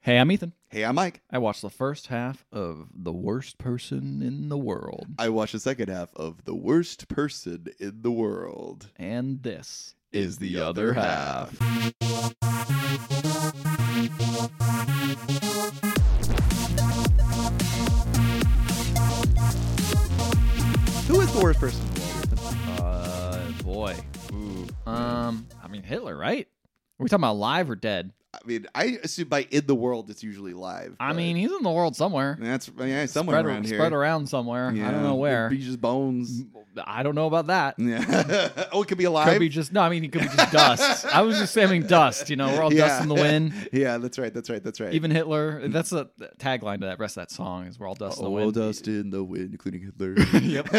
Hey, I'm Ethan. Hey, I'm Mike. I watched the first half of The Worst Person in the World I watched the second half of The Worst Person in the World and this. is the other half. Who is the worst person in the world? Uh boy. Ooh, Um I mean Hitler, right? Are we talking about alive or dead? I mean, I assume by in the world it's usually live. I but mean, he's in the world somewhere. that's yeah, somewhere spread, around here. spread around somewhere. I don't Yeah, know it'd where. be just bones. I don't know about that. Yeah. oh, it could be alive. Could be just no, I mean he could be just dust. I was just saying dust, you know, we're all dust in the wind. yeah, that's right. That's right. That's right. Even Hitler, that's the the tagline to that rest of that song is we're all dust in the Oh, wind. dust in the wind, including Hitler. Yep.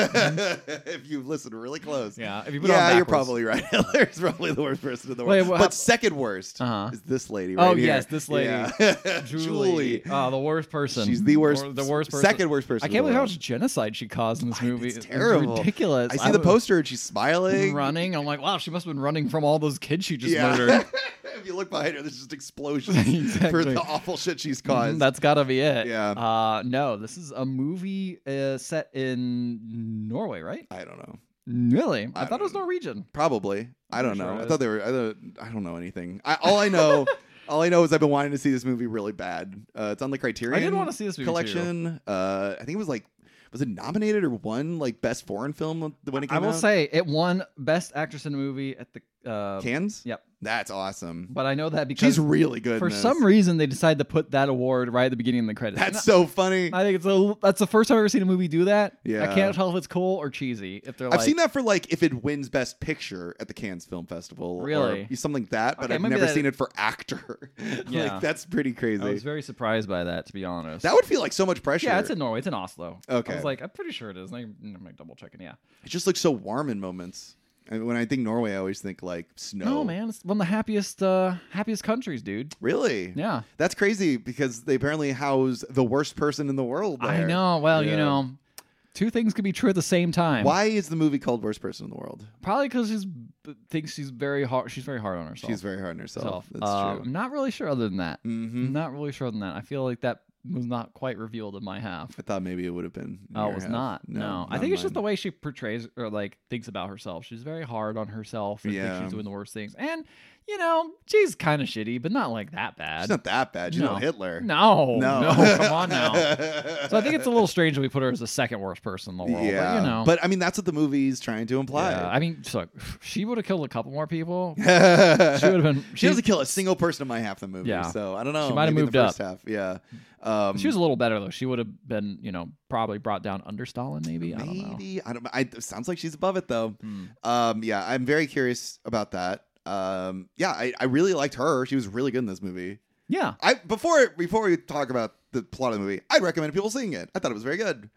if you listen really close. Yeah, if you put it on Yeah, you're backwards. probably right. Hitler's probably the worst person in the Wait, world. what but hap- second worst Uh-huh. is this lady right Oh, here. yes, this lady. Yeah. Julie. Oh, the worst person. She's the worst. Or the worst person. Second worst person. I in can't the believe how world. much genocide she caused in this I- movie. it's terrible. ridiculous. I see the was poster and she's smiling. running. I'm like, wow, she must have been running from all those kids she just Yeah. murdered. Mm-hmm. if you look behind her, there's just explosions for Exactly. the awful shit she's Mhm, caused. That's gotta be it. Yeah. Uh, no, this is a movie uh, set in Norway, right? I don't know. Really? I, I thought it was don't- Norwegian. Probably. I Pretty don't sure know. it I is. thought they were. I, thought, I don't know anything. I, all I know, all I know is I've been wanting to see this movie really bad. Uh, it's on the Criterion. I did want to see this movie Too. collection. Uh, I think it was like, was it nominated or won like best foreign film when it came I will out? say it won Best Actress in a Movie at the. Uh, Cannes. Yep. that's awesome. but I know that because She's really good. for in this. some reason they decided to put that award right at the beginning of the credits. that's so funny. I think it's a, that's the first time I've ever seen a movie do that. I Yeah. can't tell if it's cool or cheesy. If they're like, I've seen that for like if it wins Best Picture at the Cannes Film Festival, Really? or something like that. But Okay, I've maybe never that- seen it for actor. Yeah. like that's pretty crazy. I was very surprised by that, to be honest. that would feel like so much pressure. yeah, it's in Norway. It's in Oslo. I Okay. was like, I'm pretty sure it is. And I, am like double checking. Yeah. It just looks so warm in moments. I mean, when I think Norway, I always think like snow. No, man, it's one of the happiest, uh, happiest countries, dude. Really? Yeah. That's crazy because they apparently house the worst person in the world. I there. know. Well, you Yeah. know, two things could be true at the same time. Why is the movie called Worst Person in the World? Probably because she's b- thinks she's very hard. She's very hard on herself. She's very hard on herself. Herself. That's Uh, true. I'm not really sure other than that. hmm Not really sure other than that. I feel like that was not quite revealed in my half. I thought maybe it would have been. in Oh, your it was half. not. No, I think it's just the mine. way she portrays or like thinks about herself. She's very hard on herself and thinks Yeah. she's doing the worst things. And you know, she's kind of shitty, but not like that bad. She's not that bad. She's No. not Hitler. no, No. no, come on now. So I think it's a little strange that we put her as the second worst person in the world. yeah. but, you know, But I mean, that's what the movie's trying to imply. yeah, I mean, so she would have killed a couple more people. She she would have been. She, doesn't kill a single person in my half of the movie. Yeah. So I don't know. She might have maybe in moved the first half. Yeah. Um, she was a little better though. She would have been, you know, probably brought down under Stalin. Maybe. I don't know. maybe I don't. I, it sounds like she's above it though. Hmm. Um, yeah, I'm very curious about that. Um, yeah, I, I really liked her. She was really good in this movie. Yeah. I before before we talk about the plot of the movie, I'd recommend people seeing it. I thought it was very good.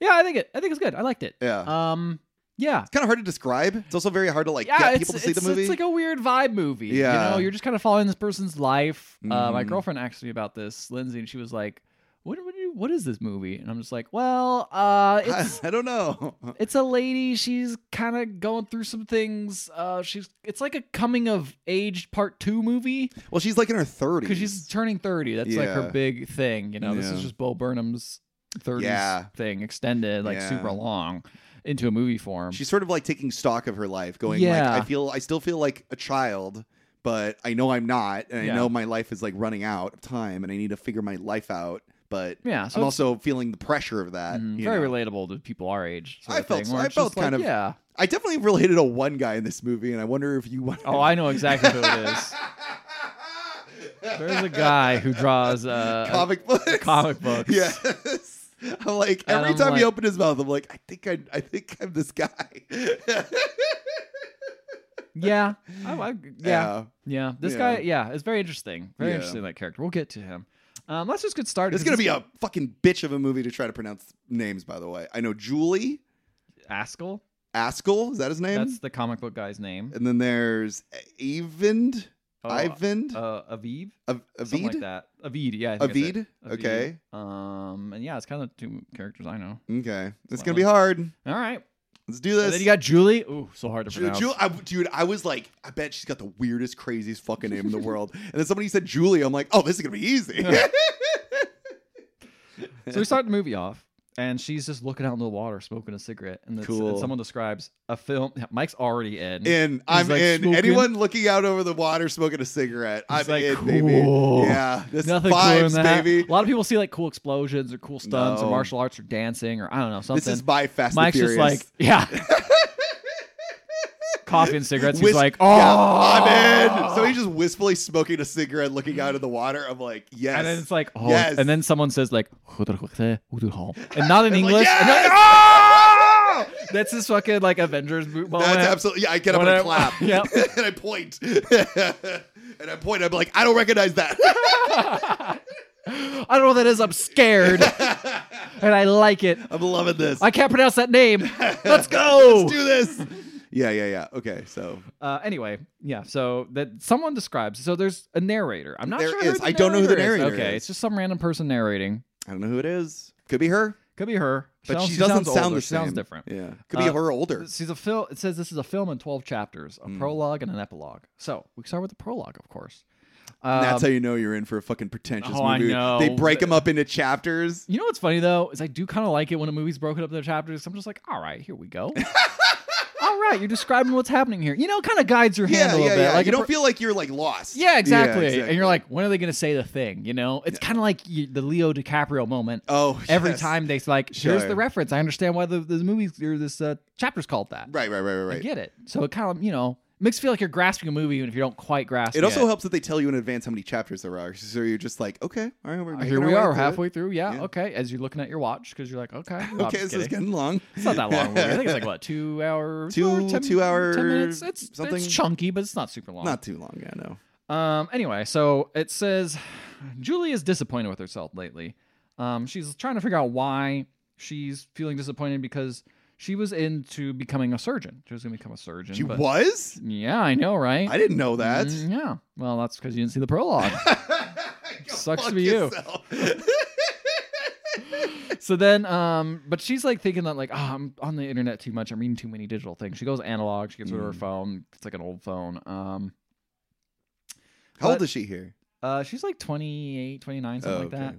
Yeah. I think it. I think it's good. I liked it. Yeah, Um. Yeah. it's kind of hard to describe. It's also very hard to like get people to see it's, the movie. It's like a weird vibe movie. You Yeah. know, you're just kind of following this person's life. Uh, my Mhm. girlfriend asked me about this, Lindsay, and she was like, what, what, do you, what is this movie? And I'm just like, well, uh, it's. I, I don't know. It's a lady. She's kind of going through some things. Uh, she's it's like a coming of age part two movie Well, she's like in her 30s. because she's turning thirty. That's like her Yeah. big thing. You know, this is Yeah. just Bo Burnham's thirties Yeah. thing extended like Yeah. super long into a movie form. she's sort of like taking stock of her life, going Yeah. like I feel I still feel like a child, but I know I'm not, and Yeah. I know my life is like running out of time, and I need to figure my life out. But yeah, so I'm it's- also feeling the pressure of that. Mm, you very know. relatable to people our age. sort I of felt thing, so- where I it's felt just like, kind of- yeah. I definitely related to one guy in this movie, and I wonder if you want. Oh, I know exactly who it is. There's a guy who draws uh, comic books. comic books. Yes. I'm like And every I'm time like- he opened his mouth, I'm like, I think I, I think I'm this guy. yeah. yeah, Oh, I, I, yeah, yeah. This Yeah. guy, yeah, it's very interesting. Very Yeah. interesting that character. We'll get to him. Um, let's just get started. It's 'cause gonna be a fucking bitch of a movie to try to pronounce names. By the way, I know Julie Askell. Askell. Is that his name? That's the comic book guy's name. And then there's Avind. Oh, Ivind. uh, Aviv, Av- something like Avid? that. Avid, yeah. I think that's Avid? it. Avid. Okay. Um, and yeah, it's kind of two characters I know. Okay. It's Well, gonna be hard. All right. Let's do And then this. you got Julie. Ooh, so hard to Ju- pronounce. Ju- I, dude, I was like, I bet she's got the weirdest, craziest fucking name in the world. And then somebody said Julie. I'm like, oh, this is gonna be easy. so we start the movie off, and she's just looking out into the water, smoking a cigarette, and, it's- and Cool. someone describes a film. Mike's already in. in, I'm like, in. smoking. Anyone looking out over the water smoking a cigarette, He's I'm like, in, cool. baby. Yeah, this Nothing cooler than vibes, that. baby. A lot of people see like cool explosions or cool stunts or No. martial arts or dancing or I don't know something. This is my Fast Mike's and just Furious. like, yeah. Coffee and cigarettes. He's Whis- like, oh, yeah, I'm in. So he's just wistfully smoking a cigarette, looking out at the water. I'm like, yes. And then it's like, oh, Yes. and then someone says like, and not in I'm like, English. and they're like, yes! "Oh!" That's this fucking like Avengers mo- moment. That's absolutely. Yeah, I get up when and I I- clap. Yep. and I point. and I point. I'm like, I don't recognize that. I don't know what that is. I'm scared, and I like it. I'm loving this. I can't pronounce that name. Let's go. Let's do this. Yeah, yeah, yeah. Okay, so uh, anyway, yeah. So that someone describes. So there's a narrator. I'm not There sure. is. Who the I don't know who the narrator Okay, is. it's just some random person narrating. I don't know who it is. Could be her, Could be her, but Sounds- she sounds doesn't sound older. the She same. Sounds different. Yeah, could be Uh, her older. She's a fil- it says this is a film in 12 chapters, Hmm. a prologue and an epilogue. So we start with the prologue, of course. Um, That's how you know you're in for a fucking pretentious Oh, I movie. know. They break them up into chapters. you know what's funny though is I do kind of like it when a movie's broken up into chapters. I'm just like, all right, here we go. all right, you're describing what's happening here. You know, kind of guides your hand Yeah, a little yeah, bit. yeah. Like you it don't br- feel like you're like lost. Yeah, exactly. And exactly. you're like, when are they going to say the thing? You know, it's kind of like you, the Leo DiCaprio moment. Oh, Every yes. time they like, here's Sure. the reference. I understand why the, the movie or this uh, chapter's called that. Right, right, right, right, I right. get it. So it kind of, you know, makes you feel like you're grasping a movie even if you don't quite grasp it. It also helps that they tell you in advance how many chapters there are, so you're just like, okay, all right, we're Uh, making Here our we way are, through it. halfway through. Yeah, Yeah. okay. As you're looking at your watch, because you're like, okay, no, I'm Okay, just this is kidding. getting long. It's not that long. movie. I think it's like what two hours, Two- two hour ten minutes. It's something. It's chunky, but it's not super long. Not too long, I know. Um. Anyway, so it says Julie is disappointed with herself lately. Um. She's trying to figure out why she's feeling disappointed because she was into becoming a surgeon. She was going to become a surgeon. She but- was? Yeah, I know, right? I didn't know that. Mm, yeah. Well, that's because you didn't see the prologue. Go Sucks fuck to be you. yourself. so then, um, but she's like thinking that like, oh, I'm on the internet too much. I'm reading too many digital things. She goes analog. She gets rid of her Mm. phone. It's like an old phone. Um, How old But- is she here? uh, she's like 28, 29, something like Oh, okay.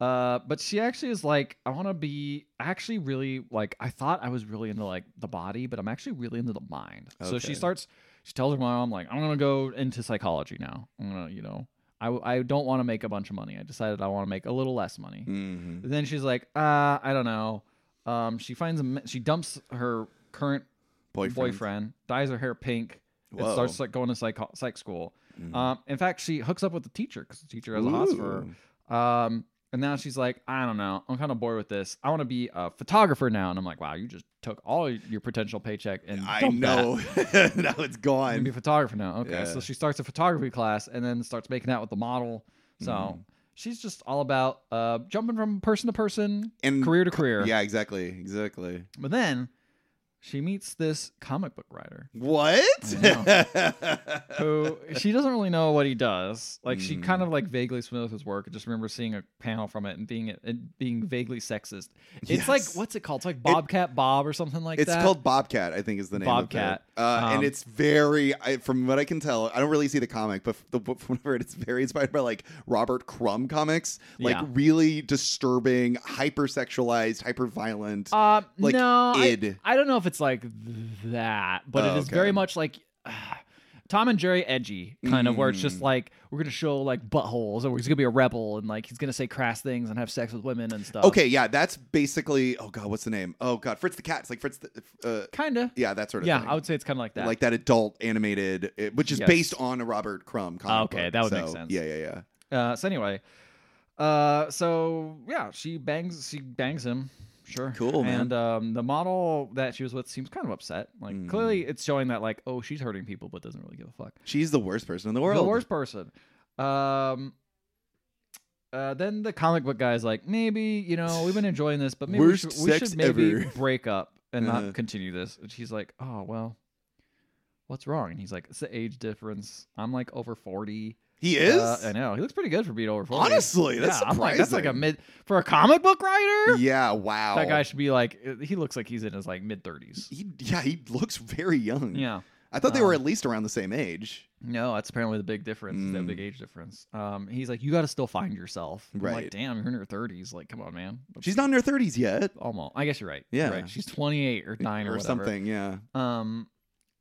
that. Uh, but she actually is like, I want to be actually really like, I thought I was really into like the body, but I'm actually really into the mind. So she Okay. starts, she tells her mom, like, I'm going to go into psychology now. I'm going to, you know, I, I don't want to make a bunch of money. I decided I want to make a little less money. Mhm. Then she's like, uh, I don't know. Um, she finds a, ma- she dumps her current Boyfriend. boyfriend, dyes her hair pink, and Whoa. starts like going to psych psych school. Mhm. Um, in fact, she hooks up with the teacher because the teacher has a hots for Ooh. her. Um, and now she's like, I don't know, I'm kind of bored with this. I want to be a photographer now. And I'm like, wow, you just took all your potential paycheck and I dumped that. know. now it's I'm gonna be a gone. photographer now. Okay, Yeah. so she starts a photography class and then starts making out with the model. So Mhm. she's just all about uh, jumping from person to person, And career to career. Yeah, exactly. Exactly. But then she meets this comic book writer What? who she doesn't really know what he does. Like she Mm. kind of like vaguely is familiar with his work. I just remember seeing a panel from it and being it being vaguely sexist. It's like Yes. what's it called? It's like Bobcat Bob or something like it's that. called Bobcat, I think is the name. Bobcat. Of it. Uh, Um, and it's very, I, from what I can tell, I don't really see the comic, but f- the, from what I've heard, it's very inspired by like Robert Crumb comics, like Yeah. really disturbing, hypersexualized, hyperviolent. uh, like, no, I- id. I, don't know if it's like that, but Oh, it is okay. very much like. Tom and Jerry edgy kind of where it's just Mm. like we're gonna show like buttholes or he's gonna be a rebel and like he's gonna say crass things and have sex with women and stuff. Okay, yeah, that's basically. Oh God, what's the name? Oh God, Fritz the Cat. It's like Fritz. The, uh, kinda. yeah, that sort of yeah, thing. I would say it's kind of like that. like that adult animated, it- which is Yes. based on a Robert Crumb comic. Okay, book. that would So, make sense. Yeah, yeah, yeah. Uh, so anyway, uh, so yeah, she bangs, she bangs him. Sure. Cool, man. And um, the model that she was with seems kind of upset. Like Mm. clearly, it's showing that like, oh, she's hurting people, but doesn't really give a fuck. She's the worst person in the world. The worst person. Um. Uh, then the comic book guy's like, maybe you know we've been enjoying this, but maybe we Worst should, we sex should maybe ever." break up and Uh-huh. not continue this. And she's like, oh well, what's wrong? And he's like, it's the age difference. I'm like over forty. He is. Uh, I know. He looks pretty good for being over 40. Honestly, that's yeah, I'm like, that's like a surprising. mid for a comic book writer. yeah. Wow. That guy should be like he looks like he's in his like mid 30s. He, yeah, he looks very young. Yeah. I thought they were Um, at least around the same age. No, that's apparently the big difference, the Mm. big age difference. Um, he's like, you got to still find yourself. I'm like, Right. damn, you're in your 30s. Like, come on, man. That's She's not in her thirties yet, almost. I guess you're right. Yeah. You're right. She's 28 or nine or, or whatever. something. Yeah. Um,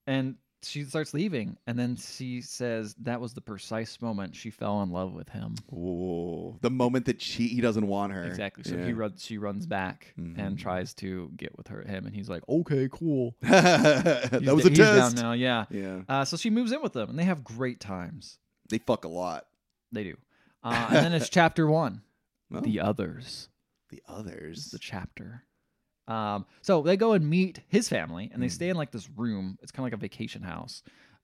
and she starts leaving, and then she says that was the precise moment she fell in love with him. Ooh. The moment that she he doesn't want her. Exactly. So Yeah. he runs. She runs back and Mhm. tries to get with her him, and he's like, okay, cool. that He's was d- a he's down test. now. Yeah. Yeah. Uh, so she moves in with them, and they have great times. They fuck a lot. They do. Uh, and then it's chapter one, Oh, the others. the is others. the chapter. Um, so they go and meet his family, and they Mm. stay in like this room. It's kind of like a vacation house.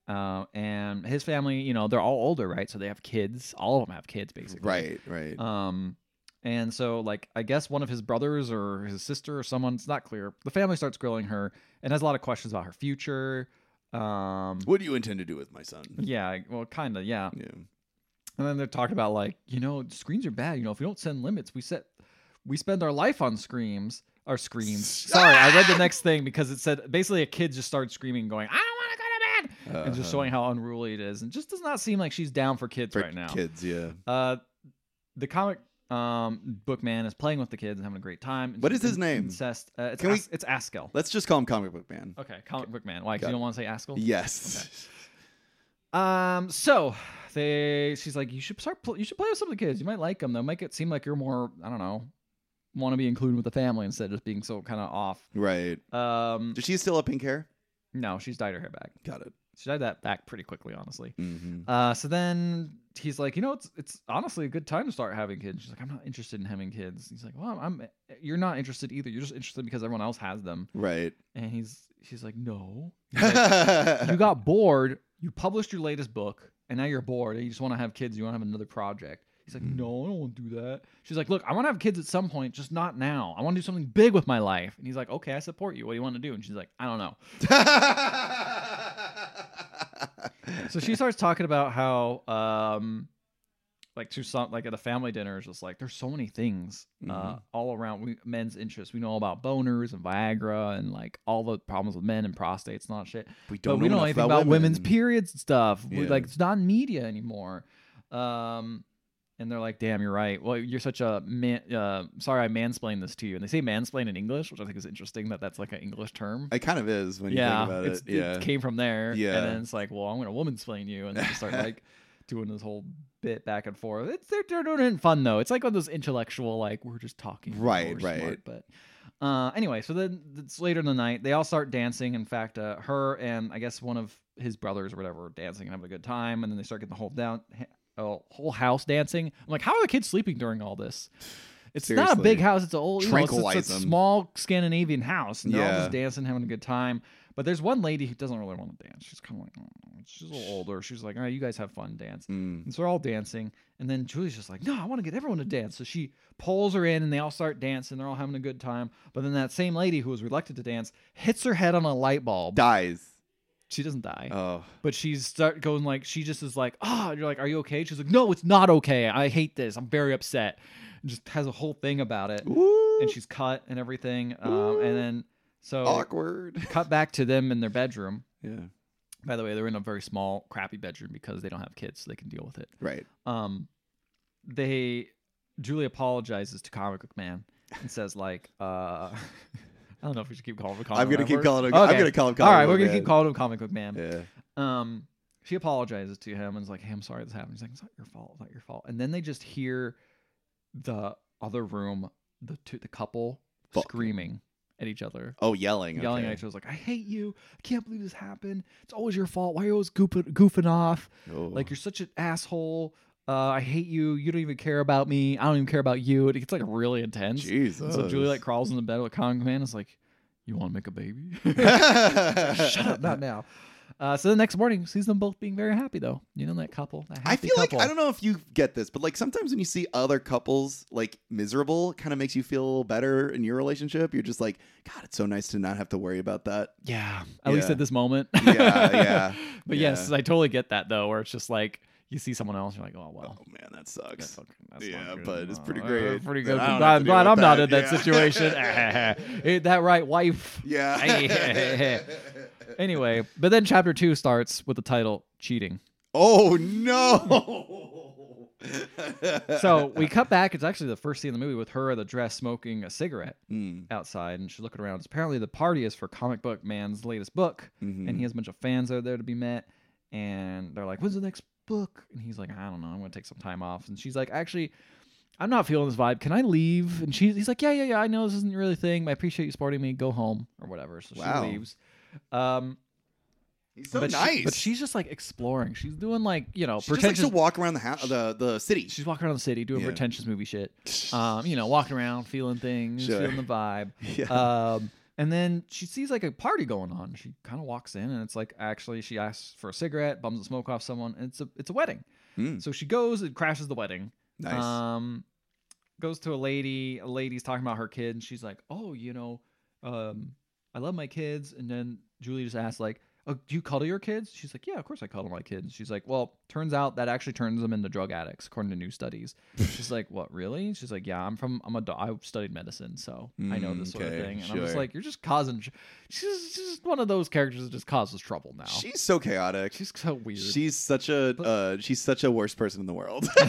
Uh, and his family, you know, they're all older, right? So they have kids. All of them have kids, basically. Right. Right. Um, and so like I guess one of his brothers or his sister or someone, it's not clear. The family starts grilling her and has a lot of questions about her future. Um, what do you intend to do with my son? yeah, well, kind of, yeah. Yeah. And then they're talking about like, you know, screens are bad. You know, if we don't send limits, we set we spend our life on screams or screams. Sorry, I read the next thing because it said basically a kid just started screaming, going, I don't want to go to bed and just Uh-huh. showing how unruly it is. And just does not seem like she's down for kids For right now. Kids. Yeah. Uh the comic um book man is playing with the kids and having a great time. What is his In- name? Incest. Uh, it's Can we- As- it's Askel. Let's just call him comic book man. Okay, comic book man. Why? 'Cause Got you it. don't want to say Askel? Yes. Um. So they, she's like, you should start. Pl- you should play with some of the kids. You might like them. They'll make it seem like you're more. I don't know. Want to be included with the family instead of just being so kind of off. Right. Um. Does she still have pink hair? No, she's dyed her hair back. Got it. She dyed that back pretty quickly, honestly. Mm-hmm. Uh. So then he's like, you know, it's it's honestly a good time to start having kids. She's like, I'm not interested in having kids. He's like, well, I'm. You're not interested either. You're just interested because everyone else has them. Right. And he's she's like, no. you you got bored. You published your latest book, and now you're bored. And you just want to have kids. You want to have another project. He's like, Mhm. no, I don't want to do that. She's like, look, I want to have kids at some point, just not now. I want to do something big with my life. And he's like, okay, I support you. What do you want to do? And she's like, I don't know. So she starts talking about how, um, like to some, like at a family dinner, it's just like there's so many things uh, Mhm. all around we, men's interests. We know about boners and Viagra and like all the problems with men and prostates and all that shit. we but don't we know don't know enough anything about, women's women. periods and stuff. We, Yeah. like it's not in media anymore. Um, and they're like, "Damn, you're right. Well, you're such a man. Uh, sorry, I mansplained this to you." And they say "mansplain" in English, which I think is interesting that that's like an English term. It kind of is when yeah, you think about it's- it. Yeah. it came from there. Yeah. and then it's like, "Well, I'm gonna womansplain you," and they just start like doing this whole bit back and forth. It's they're, they're doing it in fun though. It's like one of those intellectual like we're just talking. we're Right, smart, right. but uh, anyway, so then it's later in the night. They all start dancing. In fact, uh, her and I guess one of his brothers or whatever are dancing and having a good time. And then they start getting the whole down, uh, whole house dancing. I'm like, how are the kids sleeping during all this? It's not a Seriously. big house. It's an old, you know, it's, it's Tranquilize a them. small Scandinavian house. And they're all just Yeah. dancing, having a good time. But there's one lady who doesn't really want to dance. She's kind of like, "Oh," she's a little older. She's like, all right, you guys have fun, dance. Mm. And so they're all dancing. And then Julie's just like, no, I want to get everyone to dance. So she pulls her in and they all start dancing. They're all having a good time. But then that same lady who was reluctant to dance hits her head on a light bulb. Dies. She doesn't die. Oh. but she's start going like, she just is like, ah, you're like, are you okay? She's like, no, it's not okay. I hate this. I'm very upset. And just has a whole thing about it. And she's cut and everything. Um, and then, so awkward. cut back to them in their bedroom. Yeah. By the way, they're in a very small, crappy bedroom because they don't have kids, so they can deal with it Right. um they Julie apologizes to comic book man and says like uh I don't know if we should keep calling him. Comic I'm gonna Book keep Man. calling him. Okay. I'm gonna call him. All right, Colin we're gonna Bookman. keep calling him comic book man. Yeah. Um, she apologizes to him and's like, "Hey, I'm sorry this happened." He's like, "It's not your fault. It's not your fault." And then they just hear the other room, the two, the couple Fuck. screaming at each other. Oh, yelling. Yelling at okay. each other like, "I hate you! I can't believe this happened! It's always your fault. Why are you always goofing, goofing off? Oh. Like you're such an asshole. Uh, I hate you. You don't even care about me. I don't even care about you. It gets like really intense. And Jesus. So Julie like crawls in the bed with Kong Man. Is like, you want to make a baby? Shut up, not now. Uh, so the next morning, sees them both being very happy though. You know that couple. That I happy feel couple. like I don't know if you get this, but like sometimes when you see other couples like miserable, kind of makes you feel a little better in your relationship. You're just like, God, it's so nice to not have to worry about that. Yeah, at least Yeah. at this moment. Yeah, yeah, but yes, I totally get that though, where it's just like. you see someone else, you're like, oh well. Oh man, that sucks. That's okay. That's not yeah, good. but it's Uh, pretty uh, great. Pretty that good. I don't I'm have glad glad to deal I'm with not in that Yeah. situation. Ain't that right, wife? yeah. Anyway, but then chapter two starts with the title "Cheating." Oh no. So we cut back. It's actually the first scene in the movie with her at the dress smoking a cigarette Mm, outside, and she's looking around. apparently, the party is for Comic Book Man's latest book, mm-hmm. Hmm. and he has a bunch of fans out there to be met. And they're like, "When's the next book?" And he's like, "I don't know. I'm gonna take some time off." And she's like, "Actually." I'm not feeling this vibe. Can I leave? And she's he's like, yeah, yeah, yeah. I know this isn't really a thing. but I appreciate you supporting me. Go home or whatever. So Wow. she leaves. Um, He's so but she- nice. but she's just like exploring. She's doing like you know She just likes pretentious. to walk around the house, the the city. she's walking around the city doing Yeah. pretentious movie shit. Um, you know, walking around, feeling things, Sure. feeling the vibe. yeah. Um, and then she sees like a party going on. She kind of walks in, and it's like actually she asks for a cigarette, bums the smoke off someone, and it's a it's a wedding. Mm, So she goes and crashes the wedding. nice. Um, goes to a lady. A lady's talking about her kid, and she's like, "Oh, you know, um, I love my kids." And then Julie just asks, like, oh, "Do you cuddle your kids?" She's like, "Yeah, of course I cuddle my kids." She's like, "Well, turns out that actually turns them into drug addicts, according to new studies." She's like, "What, really?" She's like, "Yeah, I'm from I'm a do- I studied medicine, so I know this sort of Mm, thing." And I'm just sure. like, "You're just causing." tr- She's just one of those characters that just causes trouble now. she's so chaotic. uh, she's so weird. She's such a uh, she's such a worst person in the world.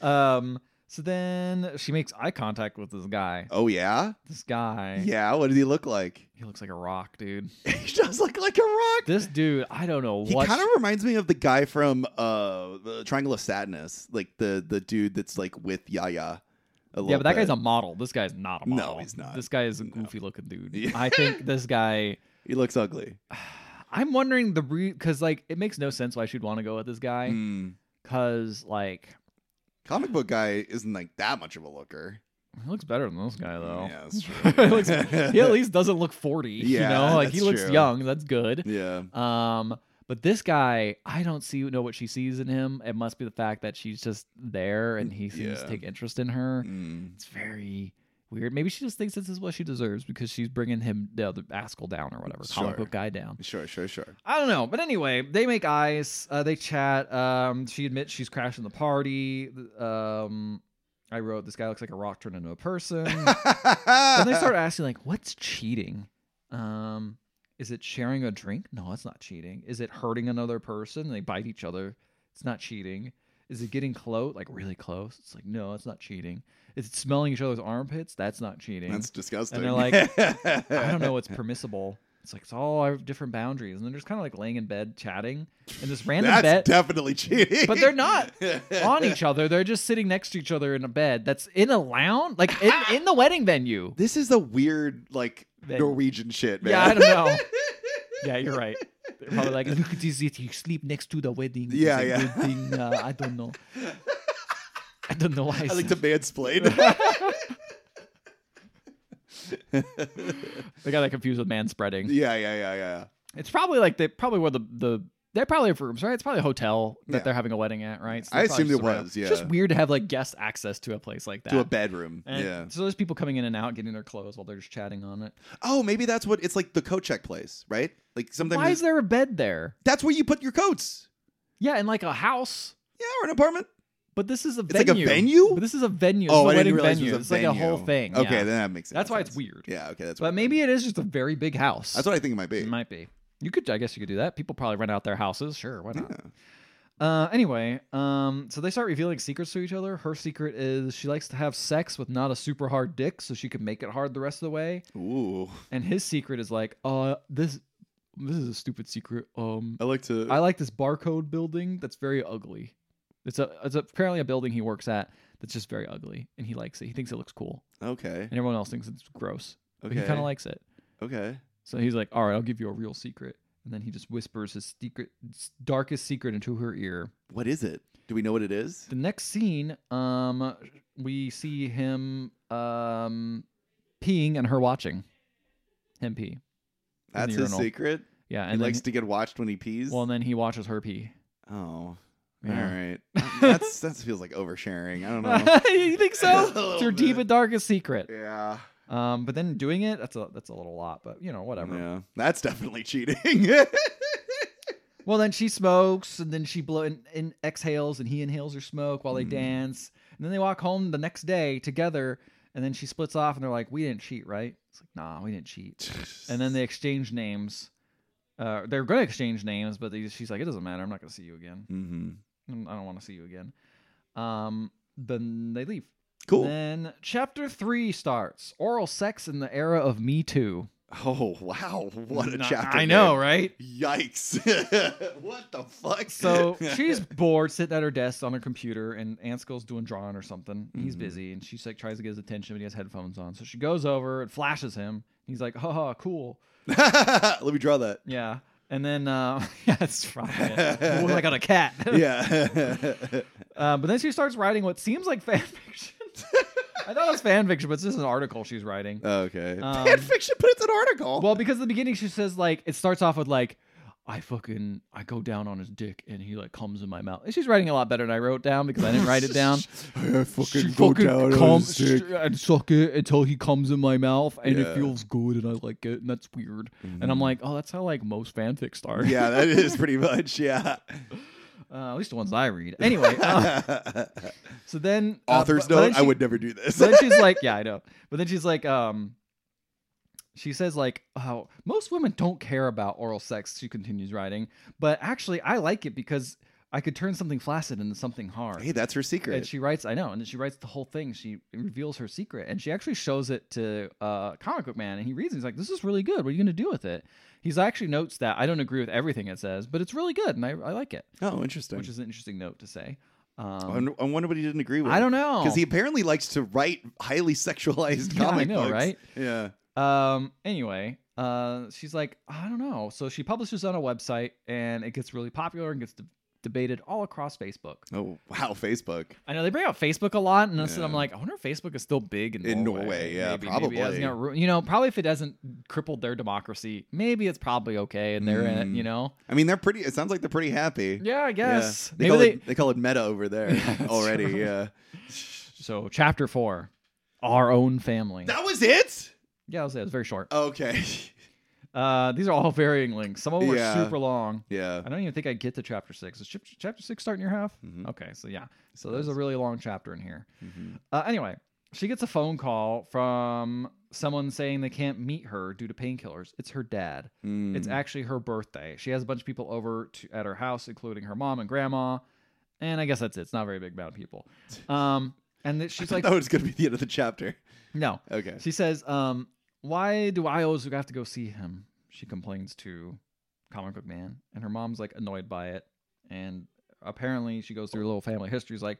um. So then she makes eye contact with this guy. oh yeah, This guy. yeah. What does he look like? He looks like a rock, dude. he does look like a rock. This dude, I don't know He what. kind of reminds me of the guy from uh, the Triangle of Sadness, like the the dude that's like with Yaya. yeah, A little but that bit. guy's a model. This guy's not a No, model. he's not. This guy is a No. goofy looking dude. Yeah. I think this guy. he looks ugly. I'm wondering the re because like it makes no sense why she'd want to go with this guy Mm. because like Comic book guy isn't like that much of a looker. he looks better than this guy though. Yeah, that's He looks- true. he at least doesn't look 40. you Yeah, know, like he that's looks true. young. That's good. Yeah. Um, but this guy, I don't see know what she sees in him. It must be the fact that she's just there and he seems to Mm, Yeah. take interest in her. Mm. It's very weird. Maybe she just thinks this is what she deserves because she's bringing him the other Askell down or whatever, comic Sure. book guy down. Sure, sure, sure. I don't know, but anyway, they make eyes. Uh, they chat. Um, she admits she's crashing the party. Um, I wrote this guy looks like a rock turned into a person. Hmm. then they start asking like, what's cheating? Um, is it sharing a drink? No, that's not cheating. Is it hurting another person? They bite each other. It's not cheating. Is it getting close, like really close? It's like no, that's not cheating. Is it smelling each other's armpits? That's not cheating. That's disgusting. they're like, I don't know what's What permissible. It's like it's all our different boundaries, and they're just kind of like laying in bed chatting, and this random That's bet, definitely cheating. but they're not on on each other. They're just sitting next to each other in a bed that's in a lounge, like in, in the wedding venue. This is the weird, like They- Norwegian shit, man. Yeah, I don't know. yeah, you're right. They're probably like, look at this, it, you sleep next to the wedding. It's Yeah, a yeah. good thing. Uh, I don't know. I don't know why. I I said- like to mansplain. they got that confused with man spreading. yeah, yeah, yeah, yeah. It's probably like they probably where the the they're probably have rooms, right? It's probably a hotel that Yeah. they're having a wedding at, right? I they're probably assumed just it around. was, It's just yeah. weird to have like guest access to a place like that. To a bedroom. And yeah. So there's people coming in and out, getting their clothes while they're just chatting on it. Oh, maybe that's what it's like the coat check place, right? Like sometimes Why is it's- there a bed there? that's where you put your coats. Yeah, in like a house. Yeah, or an apartment. But this is a It's like a venue. venue? But this is a venue. This oh, is a I didn't wedding realize venue. it was it's a like a whole venue. thing. Okay, yeah. then that makes sense. That's why it's sense. weird. Yeah, okay, that's. But weird. maybe it is just a very big house. that's what I think it might be. it might be. You could, I guess, you could do that. People probably rent out their houses. Sure, why not? Yeah. Uh, anyway, um, so they start revealing secrets to each other. Her secret is she likes to have sex with not a super hard dick, so she can make it hard the rest of the way. Ooh, And his secret is like, uh, this, this is a stupid secret. Um, I like to. I like this barcode building that's very ugly. It's a, it's apparently a building he works at that's just very ugly, and he likes it. He thinks it looks cool, okay. and everyone else thinks it's gross, but Okay. he kind of likes it. Okay. So he's like, "All right, I'll give you a real secret." And then he just whispers his secret, darkest secret into her ear. What is it? Do we know what it is? The next scene, um, we see him um, peeing and her watching him pee. the That's his urinal. secret. Yeah, and he then, likes to get watched when he pees. well, and then he watches her pee. oh, Yeah. all right. That's that feels like oversharing. I don't know. you think A so? little It's your deep bit. and darkest secret. yeah. Um, but then doing it, that's a that's a little lot, but you know, whatever. Yeah. That's definitely cheating. Well, then she smokes, and then she blow and, and exhales, and he inhales her smoke while they Mm. dance, and then they walk home the next day together, and then she splits off, and they're like, "We didn't cheat, right?" It's like, "Nah, we didn't cheat." And then they exchange names. Uh, they're going to exchange names, but they, she's like, "It doesn't matter. I'm not going to see you again. hmm Mm, I don't want to see you again." Um, then they leave. Cool. Then chapter three starts: oral sex in the era of Me Too. Oh wow, what a Nah, chapter! I man. know, right? Yikes! what the fuck? So she's bored, sitting at her desk on her computer, and Anskel's doing drawing or something. He's Mhm. busy, and she's like tries to get his attention, but he has headphones on. So she goes over and flashes him. He's like, "Haha, cool, Let me draw that. yeah." And then, uh, yeah, it's Friday. Ooh, I got a cat. Yeah. Uh, but then she starts writing what seems like fan fiction. I thought it was fan fiction, but it's just an article she's writing. Oh. okay. Um, Fan fiction, but it's an article. Well, because at the beginning she says like it starts off with like I fucking I go down on his dick and he like comes in my mouth. And she's writing a lot better than I wrote down because I didn't write it down. I fucking She go down on comes his dick. st- and suck it until he comes in my mouth and Yeah. Mm. it feels good and I like it and that's weird. And I'm like, oh, that's how like most fanfics start. yeah, that is pretty much. Yeah. Uh, at least the ones I read. Anyway, uh, so then uh, Author's but- but then note: I she- would never do this. So then she's like, yeah, I know. But then she's like, um, she says like, oh, most women don't care about oral sex. She continues writing, but actually, I like it because I could turn something flaccid into something hard. hey, that's her and secret. she writes, I know, and then she writes the whole thing. She reveals her secret, and she actually shows it to uh, comic book man, and he reads. it. He's like, "This is really good. What are you going to do with it?" He's actually notes that I don't agree with everything it says, but it's really good, and I, I like it, oh, interesting. which is an interesting note to say. I Um, wonder- I wonder what he didn't agree with. I don't know because he apparently likes to write highly sexualized Oh. Yeah, I comic know, books. right? Yeah. Um. Anyway, uh, she's like, I don't know. So she publishes on a website, and it gets really popular and gets de- debated all across Facebook. Oh wow, Facebook. I know they bring up Facebook a lot, and so I'm Yeah. like, I wonder if Facebook is still big in, In Norway, yeah, Maybe- maybe it hasn't probably. got ru- you know, probably if it hasn't crippled their democracy, maybe it's probably okay, and they're in it. Mm. You know. I mean, they're pretty. It sounds like they're pretty happy. Yeah, I Yeah. guess. Maybe They, call they. it, they call it meta over there Yeah, that's already. true. Yeah. So chapter four, our own family. That was it. yeah, that was it. It was very short. Okay. Uh, these are all varying links. Some of them are Yeah. super long. Yeah. I don't even think I get to chapter six. Is chap- chapter six starting your half? Mhm. Okay, so yeah. So there's a does. really long chapter in here. Mhm. Uh, anyway, she gets a phone call from someone saying they can't meet her due to painkillers. It's her dad. Mm. It's actually her birthday. She has a bunch of people over to, at her house, including her mom and grandma. And I guess that's it. It's not a very big amount of people. Um, and that she's like, that was gonna be the end of the chapter. no. Okay. She says, um, why do I always have to go see him? She complains to comic book man, and her mom's like annoyed by it. And apparently she goes through a little family history. She's like,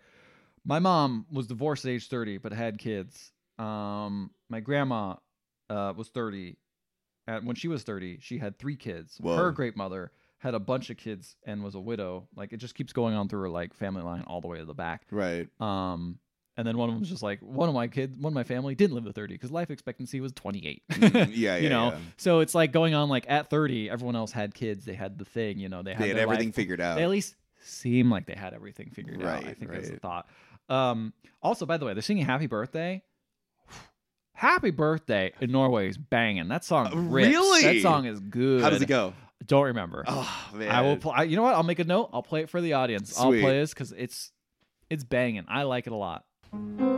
My mom was divorced at age 30, but had kids. Um, my grandma uh, was 30. At, when she was 30, she had three kids. Whoa. Her great mother had a bunch of kids and was a widow. Like it just keeps going on through her like family line all the way to the back. Right. Um, and then one of them's just like, one of my kids, one of my family didn't live to 30 because life expectancy was 28. Mm, yeah. Yeah. you know, yeah. so it's like going on like at 30, everyone else had kids, they had the thing, you know, they had, They had their life. everything figured out. They at least seem like they had everything figured out. I Right, think that's the right. thought. Um, also, by the way, they're singing Happy Birthday. Happy Birthday in Norway is banging. That song Uh, rips. That really? song is good. How does it go? Don't remember. Oh man. I will play. You know what? I'll make a note. I'll play it for the audience. I'll Sweet. play this because it's it's banging. I like it a lot. Hurra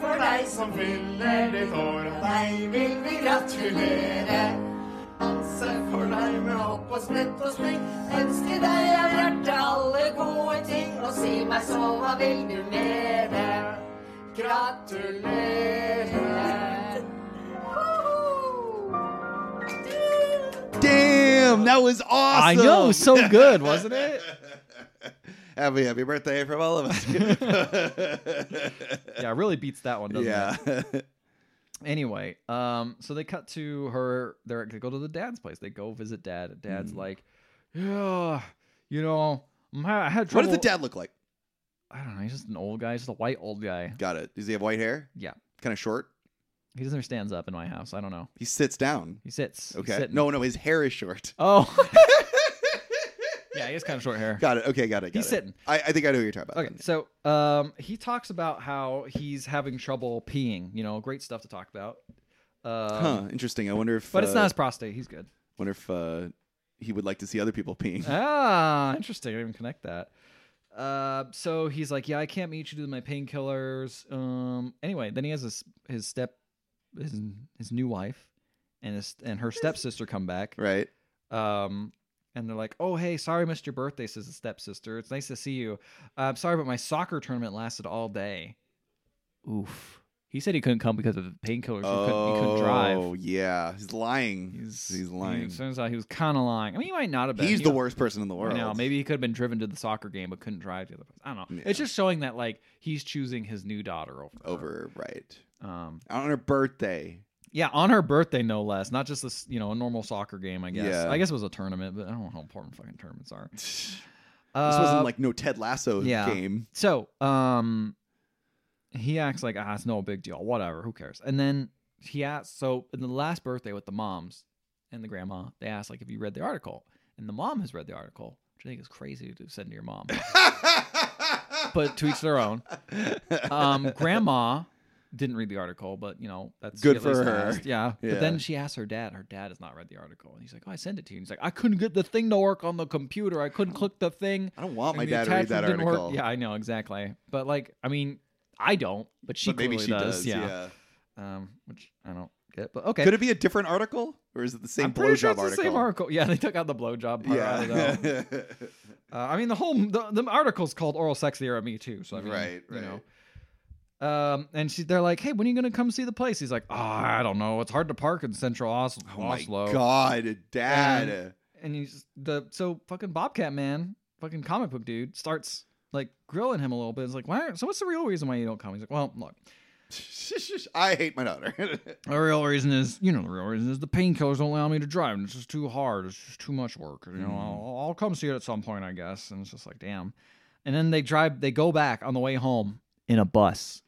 for deg som fyller ditt år, deg vil vi gratulere. Danse for deg med hopp og sprett og spring, ønske deg av hjertet alle gode ting, og si meg så, hva vil du mere? Gratulerer. Damn, that was awesome. I know, so good, wasn't it? happy happy birthday from all of us. Yeah, it really beats that one, doesn't it? yeah. Anyway, um, so they cut to her. They're, they go to the dad's place. They go visit dad. Dad's Mhm. like, yeah, you know, I'm ha- I had What trouble. does the dad look like? I don't know. He's just an old guy. He's just a white old guy. Got it. Does he have white hair? Yeah. Kind of short. He doesn't stands up in my house. I don't know. He sits down. He sits. He's Okay. sitting. No, no, his hair is short. Oh. yeah, he has kind of short hair. Got it. Okay, got it. Got He's it. sitting. I, I think I know what you're talking about. Okay, so um, he talks about how he's having trouble peeing. You know, great stuff to talk about. Um, then. Huh. Interesting. I wonder if. But it's uh, not his prostate. He's good. Wonder if uh, he would like to see other people peeing. ah, interesting. I didn't even connect that. Uh, so he's like, yeah, I can't meet you due to my painkillers. Um, anyway, then he has his his step his his new wife and his and her stepsister come back. right? Um, and they're like, "Oh, hey, sorry, missed your birthday," says the stepsister. "It's nice to see you. Uh, I'm sorry, but my soccer tournament lasted all day." Oof. He said he couldn't come because of the painkillers. he, couldn't, he couldn't drive. Oh, yeah. He's lying. He's, He's, lying. It turns out he was kind of lying. I mean, he might not have been. He's He- the worst person in the I world. know. Maybe he could have been driven to the soccer game, but couldn't drive to the. Other I don't know. Yeah. It's just showing that like he's choosing his new daughter over her. Over, right. Um, On her birthday. yeah, on her birthday, no less. Not just this, you know, a normal soccer game. I guess. Yeah. I guess it was a tournament, but I don't know how important fucking tournaments are. This Uh, wasn't like no Ted Lasso yeah. game. So, um, he acts like, ah, it's no big deal. Whatever. Who cares? And then he asked, so in the last birthday with the moms and the grandma, they asked, like, have you read the article? And the mom has read the article, which I think is crazy to send to your mom, but to each their own. Um, grandma didn't read the article, but, you know, that's Good at for least her. asked. Yeah. But then Yeah. she asked her dad. Her dad has not read the article. And he's like, oh, I sent it to you. And he's like, I couldn't get the thing to work on the computer. I couldn't click the thing. I don't want my And the dad to read that attachment didn't work. article. Yeah, I know exactly. But like, I mean, I don't. But she but maybe clearly she does. Yeah. yeah. Um, which I don't get. But okay. Could it be a different article, or is it the same I'm blowjob pretty sure it's article? the same article. Yeah, they took out the blowjob part. Yeah. Out of that. Yeah, uh, I mean, the whole the, the article's called "Oral Sex the Era Me Too." So I mean, Right, You know. right. Um, and she, they're like, "Hey, when are you gonna come see the place?" He's like, "Oh, I don't know. It's hard to park in Central Os- oh my Oslo." god, Dad! And- and he's the so fucking Bobcat man, fucking comic book dude, starts like grilling him a little bit. It's like, why? Aren't, so what's the real reason why you don't come? He's like, well, look, I hate my daughter. the real reason is, you know, the real reason is the painkillers don't allow me to drive, and it's just too hard. It's just too much work. You know, Mm. I'll, I'll come see it at some point, I guess. And it's just like, damn. And then they drive, they go back on the way home in a bus.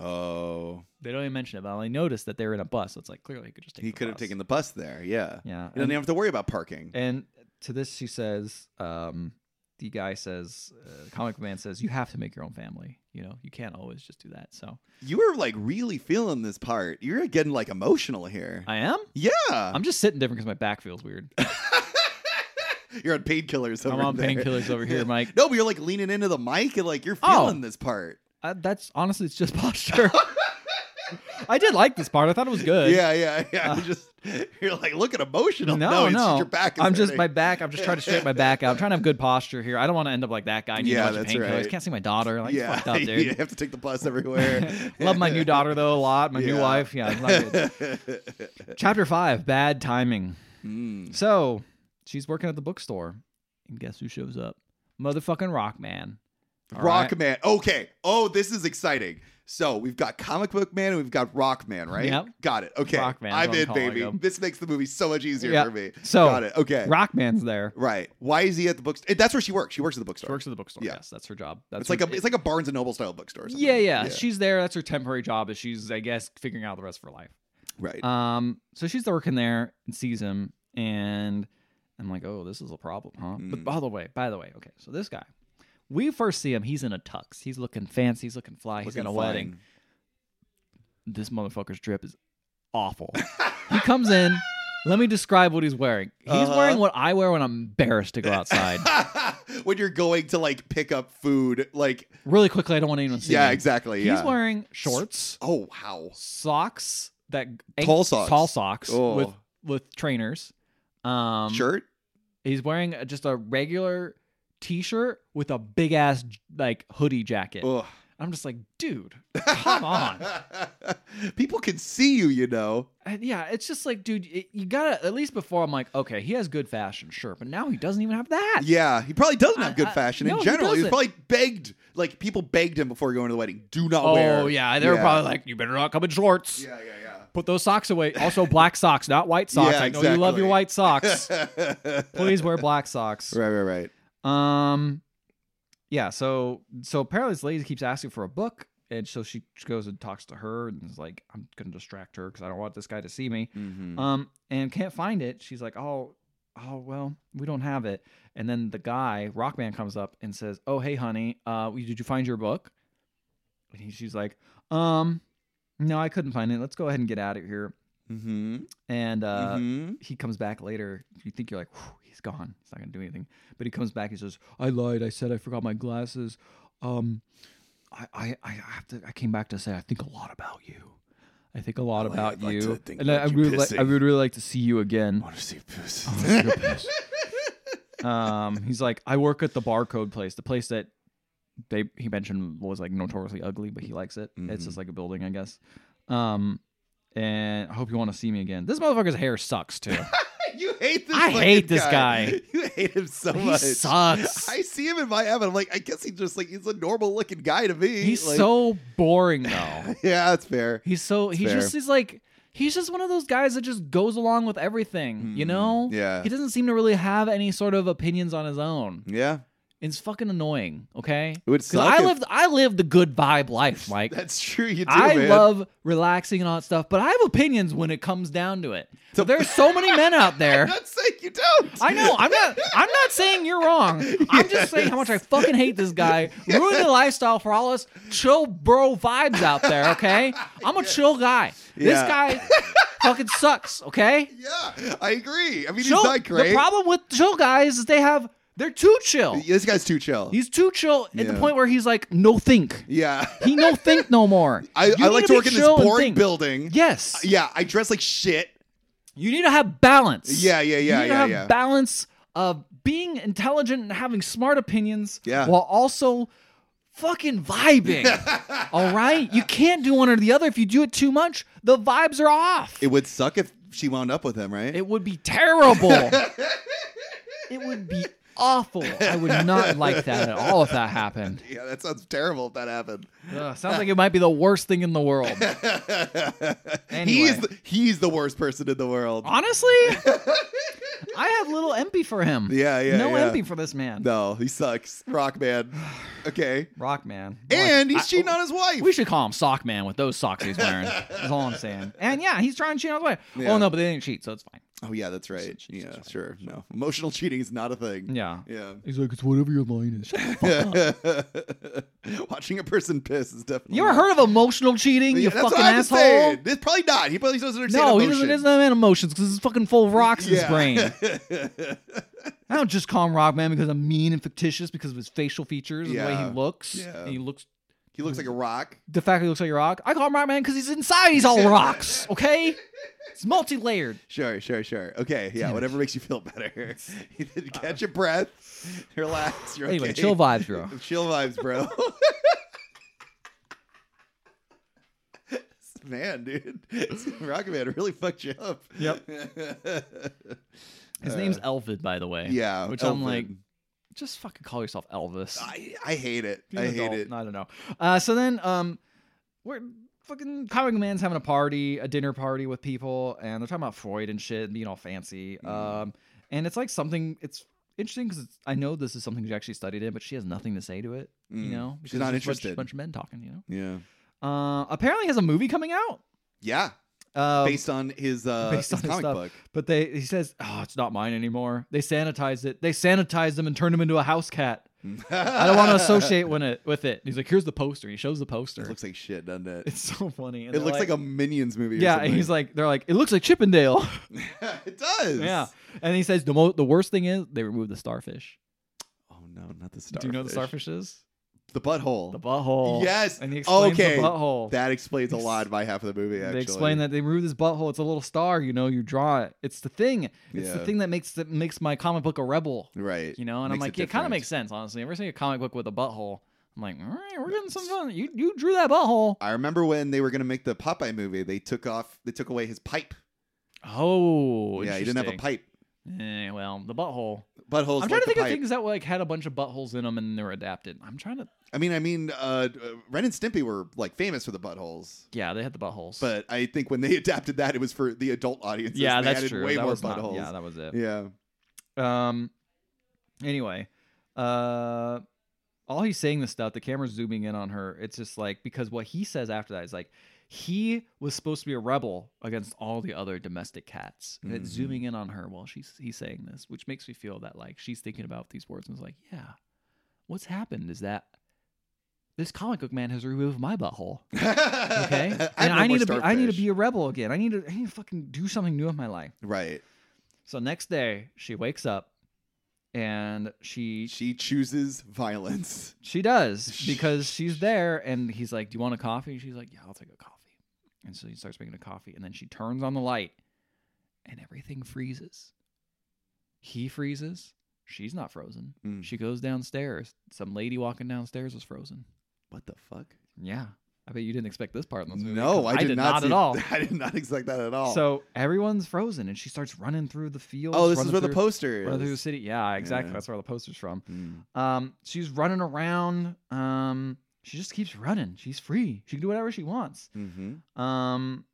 oh, They don't even mention it, but I only noticed that they were in a bus. So it's like clearly he could just take. he the could have bus. taken the bus there. Yeah, Yeah, he doesn't have to worry about parking. And to this, she says, um, the guy says, uh, comic man says, you have to make your own family. You know, you can't always just do that. So You were like really feeling this part. You're getting like emotional here. I am. yeah, I'm just sitting different because my back feels weird. you're on painkillers. over I'm on there. painkillers over here, Mike. no, but you're like leaning into the mic and like you're Oh. feeling this part. Uh, that's honestly, it's just posture. I did like this part. I thought it was good. Uh. Yeah, yeah, yeah. You're just you're like looking emotional. No, No, it's no. just your back. is I'm just hurting. my back. I'm just trying to straighten my back out. I'm trying to have good posture here. I don't want to end up like that guy. needing a Yeah, bunch of that's painkillers. right. Can't see my daughter. Like, yeah, fucked up, dude. you have to take the bus everywhere. Love my new daughter though a lot. My new Yeah. wife. Yeah, it's not good. Chapter five: Bad timing. Mm. So she's working at the bookstore, and guess who shows up? Motherfucking Rockman. All right? Rockman. Okay. Oh, this is exciting. So we've got comic book man and we've got Rockman, right? Yep. Got it. Okay. Rockman is what I'm I'm in, calling baby. him. This makes the movie so much easier Yeah. for me. So, got it. Okay. Rockman's there. right. Why is he at the bookstore? That's where she works. She works at the She bookstore. works at the bookstore. Yeah. Yes, that's her job. That's it's like her- a it's like a Barnes and Noble style bookstore. Or something. yeah, yeah, She's there. That's her temporary job. Is she's I guess figuring out the rest of her life. right. Um, so she's working there and sees him, and I'm like, oh, this is a problem, huh? But Mm. by the way, by the way, okay, so this guy, we first see him. He's in a tux. He's looking fancy. He's looking fly. he's Looking in a fine. wedding. This motherfucker's drip is awful. he comes in. Let me describe what he's wearing. He's Uh-huh. wearing what I wear when I'm embarrassed to go outside. when you're going to like pick up food, like really quickly, I don't want anyone to see. yeah, me. exactly. He's Yeah. wering shorts, Oh wow. socks that Tall socks. tall socks Oh. with with trainers. Um, Shirt. He's wearing a- just a regular t-shirt with a big ass like hoodie jacket. Ugh. I'm just like, dude, come on. People can see you, you know. And Uh, yeah, it's just like, dude, it, you gotta at least before I'm like, okay, he has good fashion, sure, but now he doesn't even have that. Yeah, he probably doesn't I- have good I- fashion no, in he general. He, was doesn't. probably begged, like people begged him before going to the wedding. Do not Oh wear. yeah, they were probably like, you better not come in shorts. Yeah, yeah, Put those socks away. Also, black socks, not white socks. Yeah, I know you love your exactly. white socks. yeah. Please wear black socks. Right, right, right. Um, yeah. So so apparently this lady keeps asking for a book, and so she goes and talks to her and is like, "I'm gonna distract her because I don't want this guy to see me." Mm-hmm. Um, and can't find it. She's like, "Oh, oh well, we don't have it." And then the guy Rockman comes up and says, "Oh hey honey, uh, we- did you find your book?" And he, she's like, "Um, no, I couldn't find it. Let's go ahead and get out of here." Mm-hmm. and uh, mm-hmm. he comes back later. You think you're like, "Whew, he's gone. He's not gonna do anything. But he comes back. He says, "I lied. I said I forgot my glasses. Um, I, I, I have to. I came back to say I think a lot about you. I think a lot like- about I'd like you. to think and I, I about you would like, I pissing." would really like to see you again. want to see pussy. um, he's like, I work at the barcode place, the place that they he mentioned was like notoriously ugly, but he likes it. Mm-hmm. It's just like a building, I guess. Um, and I hope you want to see me again. This motherfucker's hair sucks too. you hate this. I fucking hate this guy. You hate him so he much. sucks. I see him in my heaven. I'm like, I guess he just like he's a normal looking guy to me. He's Like, so boring though. yeah, that's fair. He's so he fair. just is like he's just one of those guys that just goes along with everything, you Mm, know? yeah. He doesn't seem to really have any sort of opinions on his own. Yeah, It's fucking annoying, okay? it would Cuz suck. I if- lived I lived the good vibe life, Mike. That's true. You do. I man. love relaxing and all that stuff, but I have opinions when it comes down to it. So there's so many men out I'm there. not saying you don't. I know. I'm not. I'm not saying you're wrong. I'm just saying how much I fucking hate this guy. Ruin the lifestyle for all us chill bro vibes out there. Okay, I'm a chill guy. This Yeah. guy fucking sucks. Okay, Yeah, I agree. I mean, Chill- he's not The great. problem with chill guys is they have they're too chill. This guy's too chill. He's too chill at the Yeah. point where he's like no think. yeah. He no think no more. I, You I need like to be work in this chill and boring think. building. Yes. Yeah, I dress like shit. You need to have balance. Yeah, You yeah, yeah, need to yeah, have yeah. balance of being intelligent and having smart opinions Yeah. while also fucking vibing. All right? You can't do one or the other. If you do it too much, the vibes are off. It It, would suck if she wound up with him, right? would be terrible. it would be awful. I would not like that at all if that happened. yeah, that sounds terrible if that happened. Ugh, sounds like it might be the worst thing in the world. Anyway. He's the, he's the worst person in the world. Honestly, I have little empathy for him. Yeah, yeah, No yeah. empathy for this man. No, he sucks. Rock man. Okay. Rock man. And Boy, he's I- oh, cheating on his wife. We should call him Sock Man with those socks he's wearing. That's all I'm saying. And yeah, he's trying to cheat on his wife. Yeah. Oh no, but they didn't cheat, so it's fine. oh yeah, that's right. Yeah, sure. No, emotional cheating is not a thing. Yeah. Yeah. He's like, it's whatever your line is. Watching a person piss is definitely. You ever heard of emotional cheating? You Oh, Yeah, fucking what I'm asshole. saying. It's probably not. He probably doesn't understand. No, he emotion. doesn't, doesn't have any emotions because it's fucking full of rocks in his Yeah. brain. I don't just call him Rock Man because I'm mean and fictitious because of his facial features and the way Yeah. he looks. Yeah. And he looks He looks like a rock. the fact that he looks like a rock. I call him Rock Man because he's inside. He's all rocks. Okay, it's multi-layered. Sure, sure, sure. Okay, yeah, Damn it. uh, whatever makes you feel better. Catch your breath, relax. You're Anyway, okay. chill vibes, bro. Chill vibes, bro. Man, dude, Rocket Man really fucked you up. Yep. His name's Elvid, by the way. Uh, Yeah, Which I'm Elfin. like, just fucking call yourself Elvis. I, I hate it. Be an I hate adult. it. I don't know. Uh, so then, um, we're fucking comic man's having a party, a dinner party with people, and they're talking about Freud and shit, and being all fancy. Mm. Um, and it's like something. It's interesting because I know this is something she actually studied in, but she has nothing to say to it. You Mm. know, She's because not it's just a bunch- interested. Bunch, of men talking. You Yeah, know. Uh, apparently, has a movie coming out. yeah. Uh, Based on his uh, based his on his comic stuff. book. But they, he says, "Oh, it's not mine anymore. They sanitized it. They sanitized him and turned him into a house cat. I don't want to associate when it, with it." He's like, "Here's the poster." He shows the poster. It looks like shit, doesn't it? it's so funny. And it they're looks like, a Minions movie. yeah. or And he's like, "They're like, it looks like Chippendale." like, it does. yeah. And he says, "The mo- the worst thing is they removed the starfish. Oh no, not the starfish. Do you know what the starfish is The butthole. the butthole? Yes. And he explains okay. the butthole. That explains a lot of my half of the movie. Actually, They explain that they remove this butthole. It's a little star, you know. You draw it. It's the thing. It's the Yeah. thing that makes that makes my comic book a rebel. Right. you know and i'm Makes like it, kind different. of makes sense honestly ever seeing a comic book with a butthole i'm like all right we're getting some fun you, you drew that butthole I remember when they were going to make the Popeye movie, they took off, they took away his pipe. oh yeah, he didn't have a interesting. pipe. Eh, well the butthole Buttholes. i'm trying like to think the of pipe. things that like had a bunch of buttholes in them and they were adapted i'm trying to I mean, I mean, uh, uh, Ren and Stimpy were like famous for the buttholes, yeah they had the buttholes but I think when they adapted that, it was for the adult audience. yeah they that's added true Way that more was not- buttholes. yeah that was it yeah. um anyway uh all he's saying this stuff the camera's zooming in on her it's just like because what he says after that is like he was supposed to be a rebel against all the other domestic cats and it's Mhm. zooming in on her while she's he's saying this which makes me feel that like she's thinking about these words and is like yeah what's happened is that this comic book man has removed my butthole. Okay, okay. and I need to be, I need to be a rebel again. I need to I need to fucking do something new with my life. right. So next day she wakes up, and she She chooses violence. She does because she's there, and he's like, "Do you want a coffee?" She's like, "Yeah, I'll take a coffee." And so he starts making a coffee, and then she turns on the light, and everything freezes. He freezes. She's not frozen. Mm. She goes downstairs. Some lady walking downstairs was frozen. What the fuck? Yeah, I bet you didn't expect this part in this movie. No, 'cause I did, not, not, at see- all. I did not expect that at all. So everyone's frozen, and she starts running through the field. oh, this is where the poster poster running through the is. city. Yeah, exactly. Yeah. That's where the poster's from. Mm. Um, she's running around. Um, she just keeps running. She's free. She can do whatever she wants. Mhm. Um,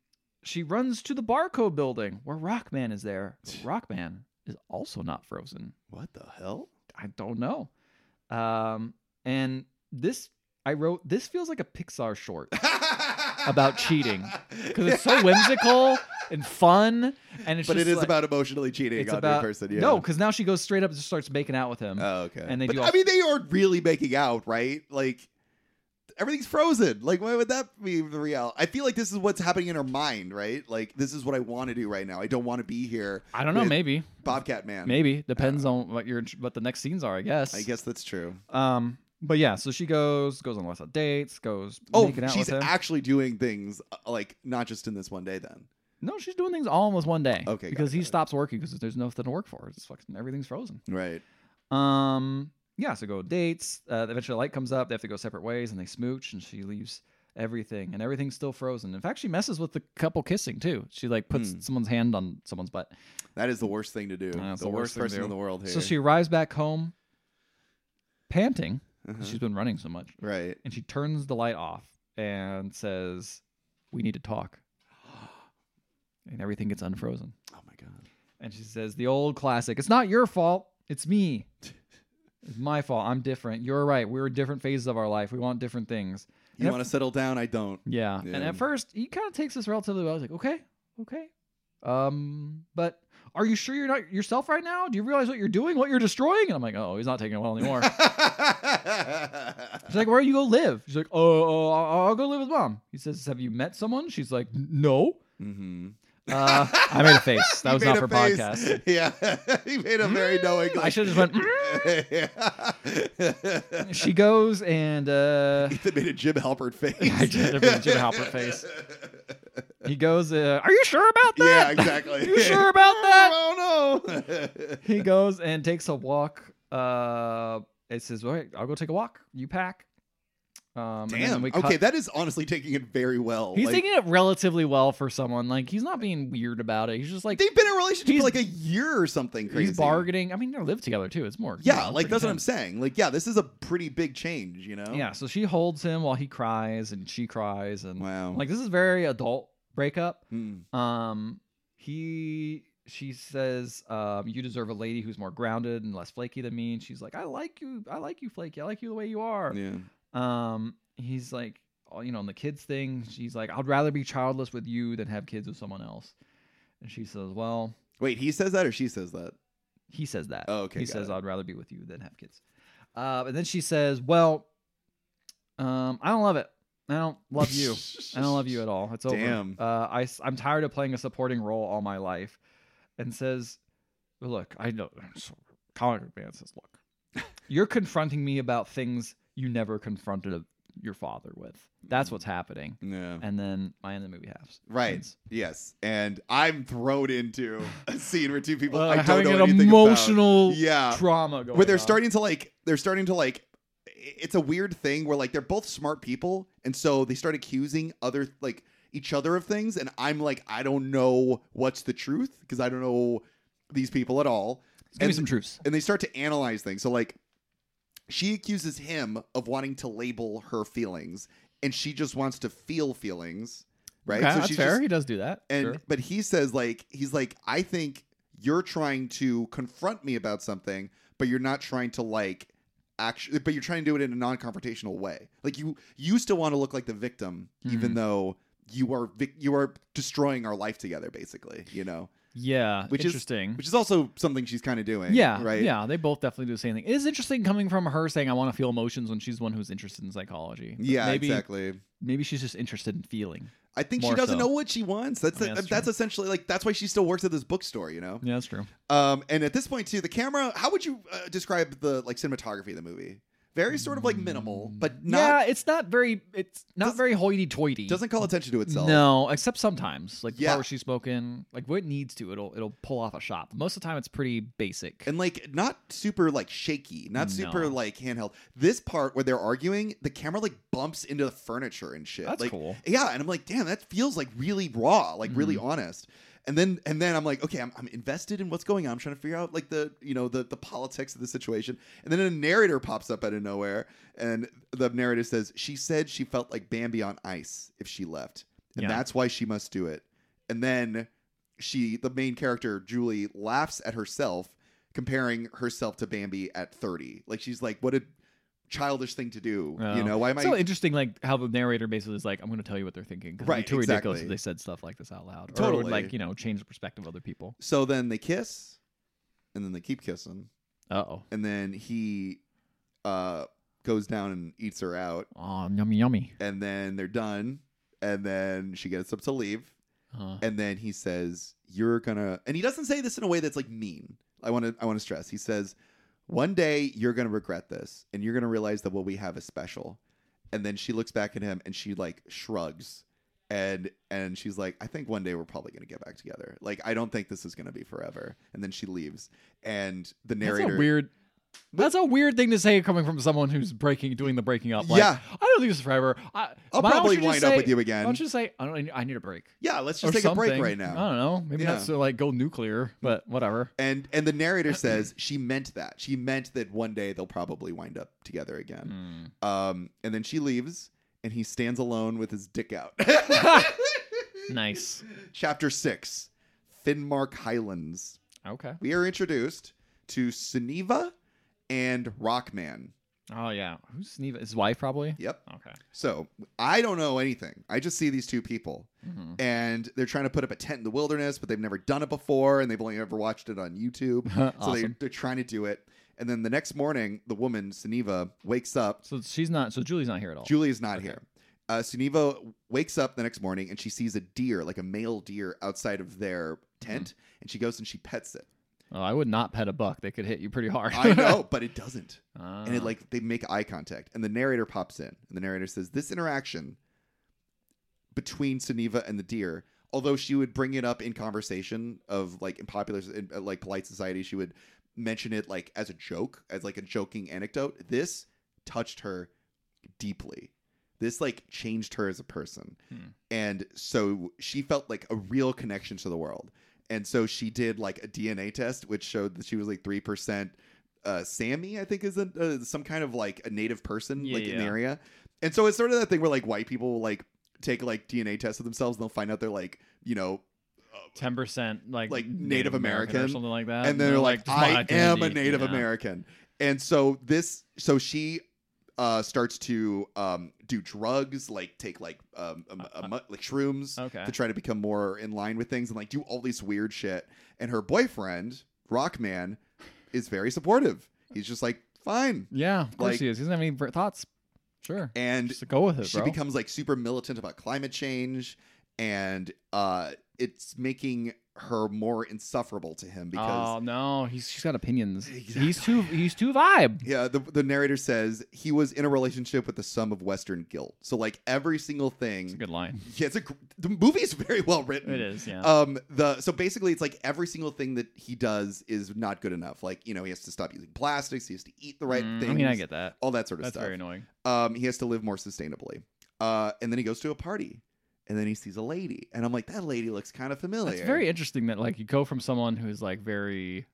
she runs to the Barco building where Rockman is there. Rockman is also not frozen. What the hell? I don't know. Um, and this I wrote. This feels like a Pixar short About cheating. because it's so whimsical and fun, and it's but just it is like- about emotionally cheating it's on about the person. Yeah. no, because now she goes straight up and just starts making out with him. Oh, okay. and they but, do all- I mean, they are really making out, right? Like everything's frozen. Like, why would that be the real? I feel like this is what's happening in her mind, right? Like, this is what I want to do right now. I don't want to be here, I don't know. with- Maybe, Bobcat Man. maybe depends on what your what the next scenes are. I guess. I guess that's true. Um, but yeah, so she goes goes on lots of dates, goes Oh, making out she's with him. actually doing things uh, like not just in this one day. Then no, she's doing things all in with one day. Okay, got because it, he got it. stops working because there's nothing to work for. It's fucking everything's frozen. right? Um, yeah, so go dates. Uh, eventually, the light comes up. They have to go separate ways, and they smooch, and she leaves everything, and everything's still frozen. In fact, she messes with the couple kissing too. She like puts Hmm. someone's hand on someone's butt. That is the worst thing to do. Yeah, it's the, the worst worst, thing to person do. in the world here. So she arrives back home, panting. 'cause Uh-huh. She's been running so much, right. and she turns the light off and says, "We need to talk." and everything gets unfrozen. Oh my god. And she says, the old classic, it's not your fault, it's me. It's my fault. I'm different. You're right. We're different phases of our life. We want different things. You And at- want to settle down? I don't. Yeah. Yeah. And at first, he kind of takes this relatively well. He's like, okay, okay. Um, but are you sure you're not yourself right now? Do you realize what you're doing? What you're destroying? And I'm like, oh, he's not taking it well anymore. She's like, where do you go live? She's like, oh, oh, I'll I'll go live with mom. He says, have you met someone? She's like, no. mm-hmm. Uh, I made a face. That He was made not a for face. podcast. Yeah, he made a very knowing. I like- should've just went, Yeah. She goes and uh, Ethan made a Jim Halpert face. I did. I made a Jim Halpert face. he goes, uh, "Are you sure about Yeah, that? exactly. you sure about that?" I don't know. He goes and takes a walk. Uh, it says, "All right, I'll go take a walk. You pack." Um, and then Damn. we cut- Okay, that is honestly taking it very well. he's Like, taking it relatively well for someone. Like he's not being weird about it. He's just like They've been in a relationship He's- for like a year or something. Crazy. he's bargaining. I mean, they live together too. It's more. you Yeah, know, like pretty that's what I'm intense. saying. Like, yeah, this is a pretty big change. You know. Yeah. So she holds him while he cries, and she cries, and Wow. like this is very adult breakup. Mm. Um, he she says, um, you deserve a lady who's more grounded and less flaky than me. And she's like, I like you, I like you, flaky. I like you the way you are. Yeah. Um, he's like, oh, you know, on the kids thing, she's like, I'd rather be childless with you than have kids with someone else. And she says, well, Wait, he says that or she says that? he says that. Oh, okay, He got says, it. I'd rather be with you than have kids. Uh, and then she says, well, um, I don't love it. I don't love you. I don't love you at all. It's over. Damn. Uh, I, am tired of playing a supporting role all my life. And says, Look, I know. Colin McMahon says, Look, you're confronting me about things you never confronted of- your father with. That's what's happening. Yeah. And then I end the movie halves. Mm. Right. Ends. Yes, and I'm thrown into a scene where two people Uh, I don't having know an anything emotional about. Yeah, trauma going where they're on. starting to like, they're starting to like. It's a weird thing where like they're both smart people, and so they start accusing other like each other of things, and I'm like, I don't know what's the truth because I don't know these people at all. Give me and- some truths. and they start to analyze things. So like she accuses him of wanting to label her feelings and she just wants to feel feelings, right? Okay, so that's she's fair. just- he does do that. and sure. but he says like he's like I think you're trying to confront me about something, but you're not trying to like actually but you're trying to do it in a non-confrontational way. Like you you still want to look like the Mm-hmm. Mm-hmm. victim even though you are vic- you are destroying our life together basically, you know. Yeah, Which is- interesting. which is also something she's kind of doing. yeah, right. Yeah, they both definitely do the same thing. It is interesting coming from her saying I want to feel emotions when she's the one who's interested in psychology. But yeah, maybe exactly. maybe she's just interested in feeling. I think she More doesn't so. know what she wants. That's I mean, that's, that's essentially like that's why she still works at this bookstore, you know. Yeah, that's true. Um, and at this point too, the camera. How would you uh, describe the like cinematography of the movie? Very sort of like minimal, but not yeah, it's not very it's not Doesn't- very hoity-toity. doesn't call attention to itself. No, except sometimes, like the Yeah. part where she's spoken, like what it needs to, it'll it'll pull off a shot. But most of the time, it's pretty basic. and like not super like shaky, not super No. like handheld. This part where they're arguing, the camera like bumps into the furniture and shit. That's like, cool. Mm-hmm. Yeah, and I'm like, damn, that feels like really raw, like really honest. And then and then I'm like, okay, I'm, I'm invested in what's going on. I'm trying to figure out like the you know the the politics of the situation. And then a narrator pops up out of nowhere, and the narrator says, "She said she felt like Bambi on ice if she left, and Yeah. that's why she must do it." And then she, the main character Julie, laughs at herself comparing herself to Bambi at 30. Like she's like, what a childish thing to do. Oh. You know, why am I? so interesting, like how the narrator basically is like, "I'm going to tell you what they're thinking." 'cause it'd be Right, too ridiculous exactly. if they said stuff like this out loud. Or it Totally. would, like you know, change the perspective of other people. So then they kiss, and then they keep kissing, Uh oh. and then he uh goes down and eats her out, Oh, yummy, yummy. and then they're done, and then she gets up to leave, Uh, and then he says, "You're gonna," and he doesn't say this in a way that's like mean. I want to, I want to stress. He says, "One day you're gonna regret this, and you're gonna realize that what we have is special." And then she looks back at him, and she like shrugs, and and she's like, "I think one day we're probably gonna get back together. Like, I don't think this is gonna be forever." And then she leaves, and the that's narrator, a weird. That's a weird thing to say coming from someone who's breaking, doing the breaking up. Like, Yeah. I don't think this is forever. I, I'll why don't probably you just wind say- up with you Why again. don't you say, "I don't, I need- I need a break." yeah, let's or just take a break something. right now. I don't know. Maybe Yeah. not to like go nuclear, but whatever. And and the narrator says she meant that. She meant that one day they'll probably wind up together again. Mm. Um, and then she leaves, and he stands alone with his dick out. Nice. Chapter six, Finmark Highlands. Okay. We are introduced to Suniva and Rockman. Oh yeah. Who's Sneva? His wife probably. Yep. Okay. So I don't know anything. I just see these two people, Mhm. and they're trying to put up a tent in the wilderness, but they've never done it before, and they've only ever watched it on YouTube. So they, Awesome. they're trying to do it. And then the next morning, the woman, Suniva, wakes up So she's not. So Julie's not here at all. Julie is not Oh, Okay. here. Uh, Suniva wakes up the next morning and she sees a deer, like a male deer, outside of their tent, and she goes and she pets it. oh, I would not pet a buck. They could hit you pretty hard. I know, but it doesn't. Ah. And it like they make eye contact, and the narrator pops in, and the narrator says, "This interaction between Suniva and the deer." Although she would bring it up in conversation of like in popular in, uh, like polite society, she would mention it like as a joke, as like a joking anecdote. This touched her deeply. This like changed her as a person. Hmm. And so she felt like a real connection to the world. And so she did like a DNA test, which showed that she was like 3% uh, Sami, I think is a, uh, some kind of like a native person Yeah, like in the yeah. area. And so it's sort of that thing where like white people will like take like DNA tests of themselves and they'll find out they're like, you know, Oh. ten percent like Like Native or American, something like that. and then they're like, Uh, "Just my I am a identity." Native Yeah. American. And so this, so she uh, starts to um, do drugs, like take like um, a, a, mu- like shrooms Okay. to try to become more in line with things and like do all this weird shit. And her boyfriend, Rockman, is very supportive. He's just like, fine. Yeah, of course Like- he is. He doesn't have any br- thoughts. Sure. And Just go with it, she bro. becomes like super militant about climate change and uh, it's making her more insufferable to him because oh no, he's she's got opinions. He's Exactly. too he's too vibe. Yeah, the, the narrator says he was in a relationship with the sum of Western guilt. So like every single It's a thing, good line. yeah, it's a gr- the movie is very well written. It is. Yeah. Um, the so basically it's like every single thing that he does is not good enough. Like you know he has to stop using plastics, he has to eat the right Mm, things. I mean, I get that. all that sort of That's stuff. very annoying. um, he has to live more sustainably. Uh, and then he goes to a party, and then he sees a lady, and I'm like that lady looks kind of familiar. It's very interesting that like you go from someone who's like very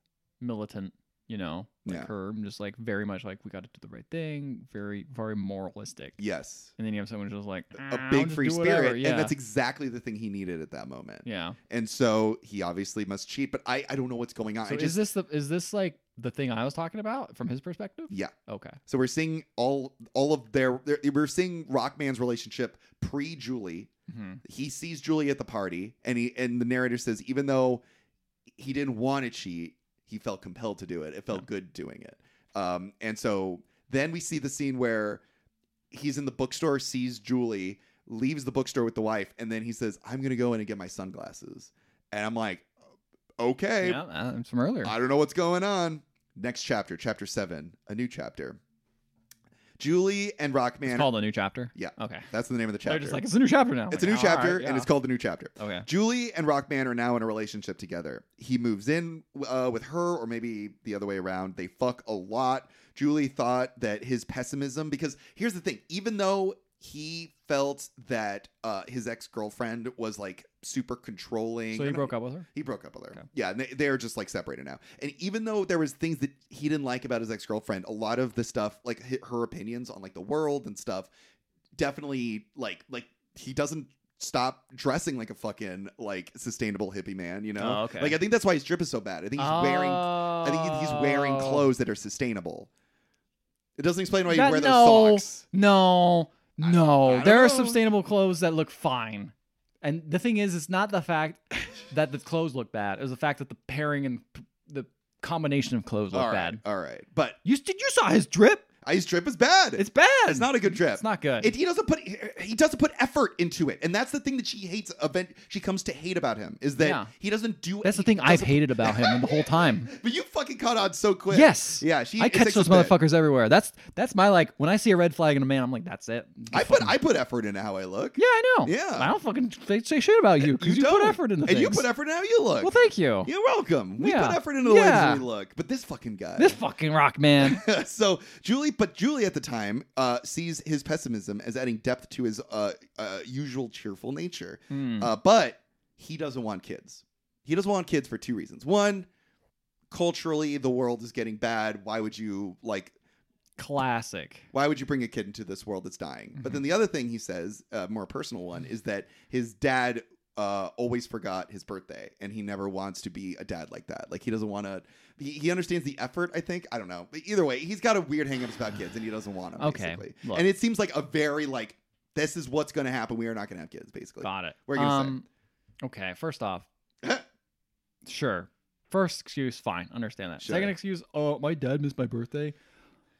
militant, you know, like Yeah. her, and just like very much like we got to do the right thing, very very moralistic, yes, and then you have someone who's just like a "Ah, I'll big just free do whatever." spirit, yeah, and that's e exactly the thing he needed at that moment. yeah. and so he obviously must cheat. But I, I don't know what's going on. So I is just, this the is this like the thing I was talking about from his perspective? Yeah. Okay. so we're seeing all all of their, their we're seeing Rockman's relationship pre Julie. hmm He sees Julie at the party, and he and the narrator says even though he didn't want to cheat. He felt compelled to do it. It felt good doing it. Um, and so then we see the scene where he's in the bookstore, sees Julie, leaves the bookstore with the wife, and then he says, "I'm gonna go in and get my sunglasses." And I'm like, "Okay, yeah, uh, it's from earlier. I don't know what's going on." Next chapter, chapter seven, a new chapter. Julie and it's Rockman. called a new chapter. Yeah. Okay. that's the name of the They're chapter. just like oh it's a new chapter now. it's a new chapter, and it's called the new chapter. called. Okay. Julie and Rockman are now in a relationship together. He moves in uh, with her, or maybe the other way around. They fuck a lot. Julie thought that his pessimism, because here's the thing, even though he felt that uh, his ex girlfriend was like super controlling, So he broke up with her. He broke up with her. Okay. Yeah, and they, they're just like separated now. And even though there was things that he didn't like about his ex girlfriend, a lot of the stuff, like hi- her opinions on like the world and stuff, definitely like like he doesn't stop dressing like a fucking like sustainable hippie man. You know, Oh, okay. like I think that's why his drip is so bad. I think he's wearing I think he's wearing Oh. clothes that are sustainable. It doesn't explain why you That- wear those no. socks. No, I- I no. don't there know. are sustainable clothes that look fine. And the thing is, it's not the fact that the clothes look bad. It was the fact that the pairing and p- the combination of clothes look all right, bad. all right. But uh, You did you saw his drip? his drip is bad. It's bad. It's not a good drip. It's not good. It, he doesn't put he doesn't put effort into it, and that's the thing that she hates. Event she comes to hate about him is that Yeah. he doesn't do. That's the he thing I've doesn't- hated about him the whole time. But you fucking caught on so quick. Yes. Yeah. She. I it catch takes those a bit. motherfuckers everywhere. That's that's my like when I see a red flag in a man, I'm like, that's it. I put I put effort into how I look. yeah, I know. Yeah. I don't fucking say- say shit about you because you, put don't. effort into and things. you put effort into how you look. Well, thank you. You're welcome. We Yeah. put effort into the Yeah. way that we look, but this fucking guy. This fucking rock man. so Julie, but Julie at the time uh, sees his pessimism as adding depth to his uh, uh, usual cheerful nature. Hmm. Uh, but he doesn't want kids. He doesn't want kids for two reasons. One, culturally, the world is getting bad. Why would you like? Classic. Why would you bring a kid into this world that's dying? But Mm-hmm. then the other thing he says, uh, more personal one, is that his dad uh, always forgot his birthday, and he never wants to be a dad like that. Like he doesn't want to. He, he understands the effort. I think. I don't know. But either way, he's got a weird hangups about kids, and he doesn't want them. Okay, Basically. look. And it seems like a very like this is what's going to happen. We are not going to have kids. Basically. Got it. Um, What are you gonna say? Okay, first off, sure. First excuse, fine, understand that. Sure. Second excuse, oh, my dad missed my birthday.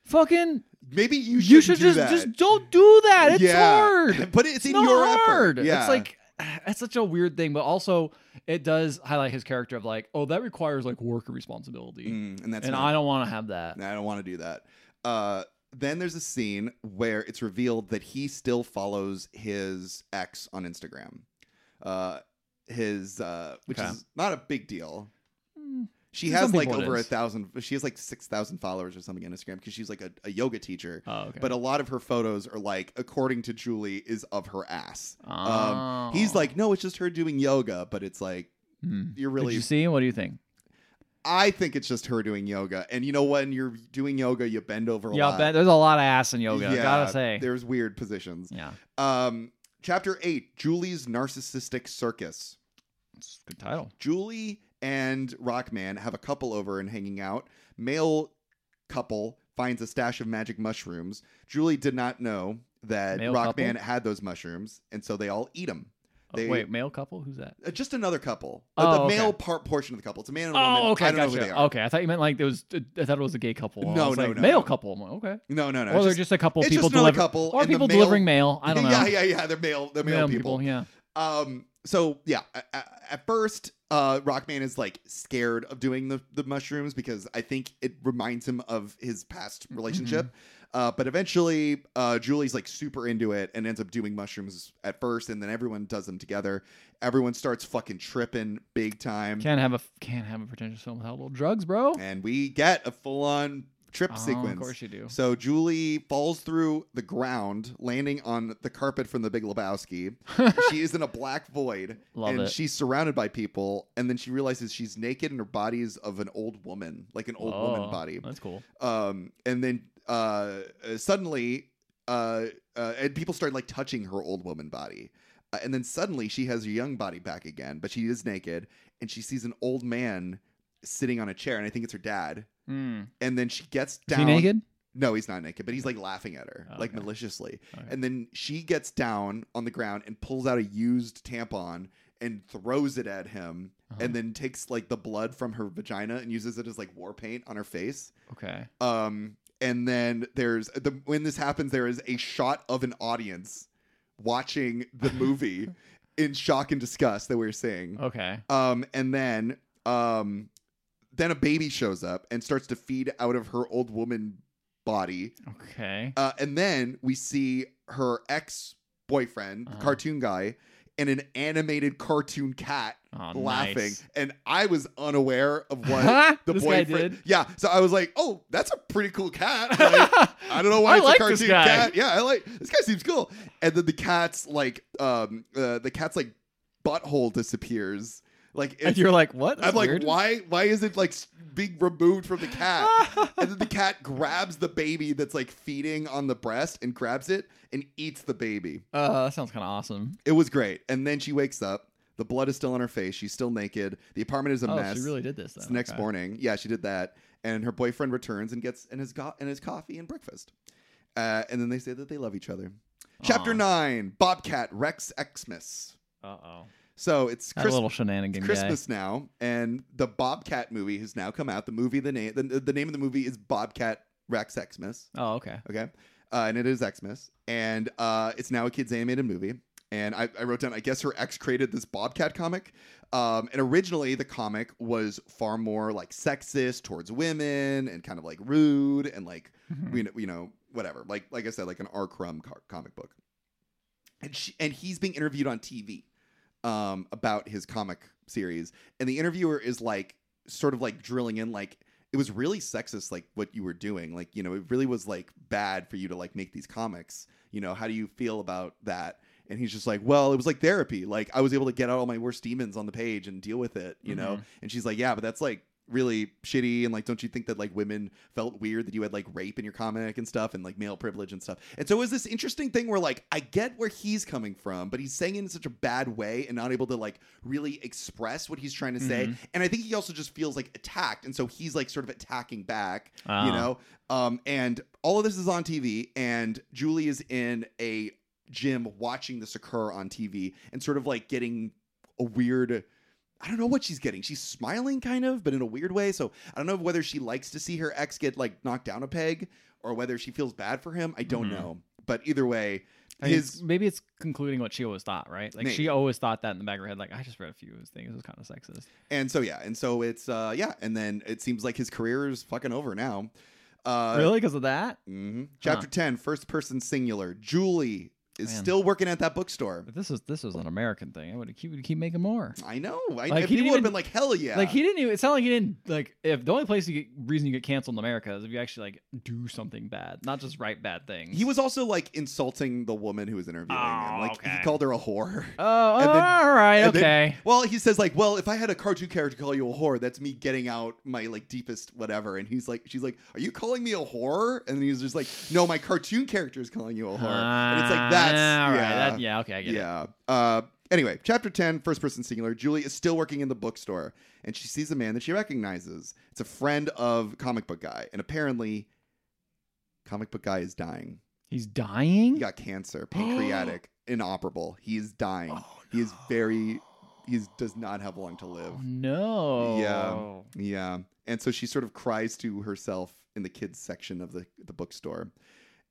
Fucking, Maybe you you, should should, do just that. just don't do that. It's Yeah. hard. But it's, It's in not your hard. effort. Yeah. It's like that's such a weird thing, but also it does highlight his character of like, oh, that requires like work and responsibility, Mm, and that's and not- I don't want to have that. I don't want to do that. Uh, then there's a scene where it's revealed that he still follows his ex on Instagram. Uh, his uh, which Okay. is not a big deal. Mm, She To has some like people it over a is. thousand. She has like six thousand followers or something on Instagram because she's like a, a yoga teacher. Oh, okay. But a lot of her photos are like, according to Julie, is of her ass. Oh. um, He's like, no, it's just her doing yoga, but it's like Hmm. you're Did really you see? What do you think? I think it's just her doing yoga. And you know when you're doing yoga, you bend over a Yeah, lot. I bet there's a lot of ass in yoga. Yeah, gotta say, There's weird positions. yeah, Um chapter 8, Julie's narcissistic circus. it's a good title. Julie and Rockman have a couple over and hanging out. Male couple finds a stash of magic mushrooms. Julie did not know that Male Rockman couple? had those mushrooms, and so they all eat them. Oh, They- Wait, male couple? Who's that? Uh, just another couple. Uh, Oh, the okay. male part portion of the couple. It's a man and a woman. Oh, okay, I don't know gotcha. who they are. Okay, I thought you meant like it was. uh, I thought it was a gay couple. I No, was no, like, no, Male no. couple. I'm like, okay. No, no, no. or it's they're just- just a couple it's people just another delivering, couple or and the people male- delivering mail. I don't know. Yeah, yeah, yeah. They're male. They're male, Male people. Yeah. Um. So yeah, a- a- at first, uh, Rockman is like scared of doing the the mushrooms because I think it reminds him of his past Mm-hmm. relationship. Uh, but eventually, uh, Julie's like super into it and ends up doing mushrooms at first, and then everyone does them together. Everyone starts fucking tripping big time, Can't have a can't have a pretentious film without a little drugs, bro. and we get a full on trip Oh, sequence. Of course you do. So Julie falls through the ground, landing on the carpet from the Big Lebowski. she is in a black void, Love and it. she's surrounded by people. And then she realizes she's naked, and her body is of an old woman, like an old Oh, woman body. That's cool. Um, and then uh, uh, suddenly, uh, uh, and people start like touching her old woman body. Uh, and then suddenly, she has her young body back again, but she is naked, and she sees an old man sitting on a chair, and I think it's her dad. Mm. And then she gets Is down. he naked? No, he's not naked, but he's like laughing at her, Oh, like okay. maliciously. Okay. And then she gets down on the ground and pulls out a used tampon and throws it at him. Uh-huh. and then takes like the blood from her vagina and uses it as like war paint on her face. Okay. Um, and then there's the when this happens, there is a shot of an audience watching the movie in shock and disgust that we were seeing. Okay. Um, and then um, then a baby shows up and starts to feed out of her old woman body. Okay. Uh, and then we see her ex boyfriend, Uh-huh. the cartoon guy, and an animated cartoon cat Oh, laughing. nice. And I was unaware of what. The This guy boyfriend, yeah. So I was like, "Oh, that's a pretty cool cat." Like, I don't know why I it's like a cartoon this guy. cat. Yeah, I like this guy seems cool. And then the cat's like um uh, the cat's like butthole disappears. Like and it's, you're like, what? I'm That's like, weird. why why is it like s- being removed from the cat? Uh, and then the cat grabs the baby that's like feeding on the breast and grabs it and eats the baby. uh, that sounds kind of awesome. It was great. And then she wakes up. The blood is still on her face. She's still naked. The apartment is a oh, mess. she really did this. Then. It's the next Okay. morning. Yeah, she did that, and her boyfriend returns and gets and his go- and his coffee and breakfast, uh, and then they say that they love each other. Chapter Aw. nine: Bobcat Rex Xmas. Uh oh. So it's That Christmas. little shenanigan Christmas now, and the Bobcat movie has now come out. The movie, the name, the, the name of the movie is Bobcat Rex Xmas. guy. Oh, okay. Okay, uh, and it is Xmas, and uh, it's now a kids animated movie. And I, I wrote down, I guess her ex created this Bobcat comic, um, and originally the comic was far more like sexist towards women and kind of like rude and like Mhm. you know, you know, whatever. Like like I said, like an R. Crumb car- comic book. And she, and he's being interviewed on TV um, about his comic series, and the interviewer is like sort of like drilling in like it was really sexist like what you were doing like you know it really was like bad for you to like make these comics you know how do you feel about that and he's just like well it was like therapy like i was able to get out all my worst demons on the page and deal with it you know Mhm. and she's like yeah but that's like really shitty and like don't you think that like women felt weird that you had like rape in your comic and stuff and like male privilege and stuff and so it was this interesting thing where like i get where he's coming from but he's saying it in such a bad way and not able to like really express what he's trying to say Mhm. and i think he also just feels like attacked and so he's like sort of attacking back Ah. you know um and all of this is on tv and julie is in a gym watching this occur on tv and sort of like getting a weird I don't know what she's getting. She's smiling kind of, but in a weird way. So I don't know whether she likes to see her ex get like knocked down a peg or whether she feels bad for him. I don't Mhm. know. But either way, I mean, his it's- maybe it's concluding what she always thought, right? Like Maybe. she always thought that in the back of her head. Like I just read a few of his things. It was kind of sexist. and so yeah, and so it's uh yeah, and then it seems like his career is fucking over now. Uh really, because of that? mhm. Chapter 10, first person singular. Julie is Man. still working at that bookstore. But this is this was an American thing. I would keep keep making more. I know. I Like, if he people didn't would have even- been like, hell yeah. Like he didn't even. It's not like he didn't like. If the only place you get reason you get canceled in America is if you actually like do something bad, not just write bad things. he was also like insulting the woman who was interviewing him. Oh, Like okay. he called her a whore. Oh, all and then- right, and then- okay. Well, he says like, well, if I had a cartoon character call you a whore, that's me getting out my like deepest whatever. And he's like, she's like, are you calling me a whore? And he's just like, no, my cartoon character is calling you a whore. and it's like that's Ah, all right, yeah, that- yeah, okay, I get it. yeah. Uh, anyway, chapter 10, first person singular. Julie is still working in the bookstore and she sees a man that she recognizes. It's a friend of comic book guy, and apparently, comic book guy is dying. He's dying. He got cancer, pancreatic, inoperable. He is dying. Oh, He is very. He is- does not have long to live. Oh, no. Yeah. Yeah. And so she sort of cries to herself in the kids section of the, the bookstore.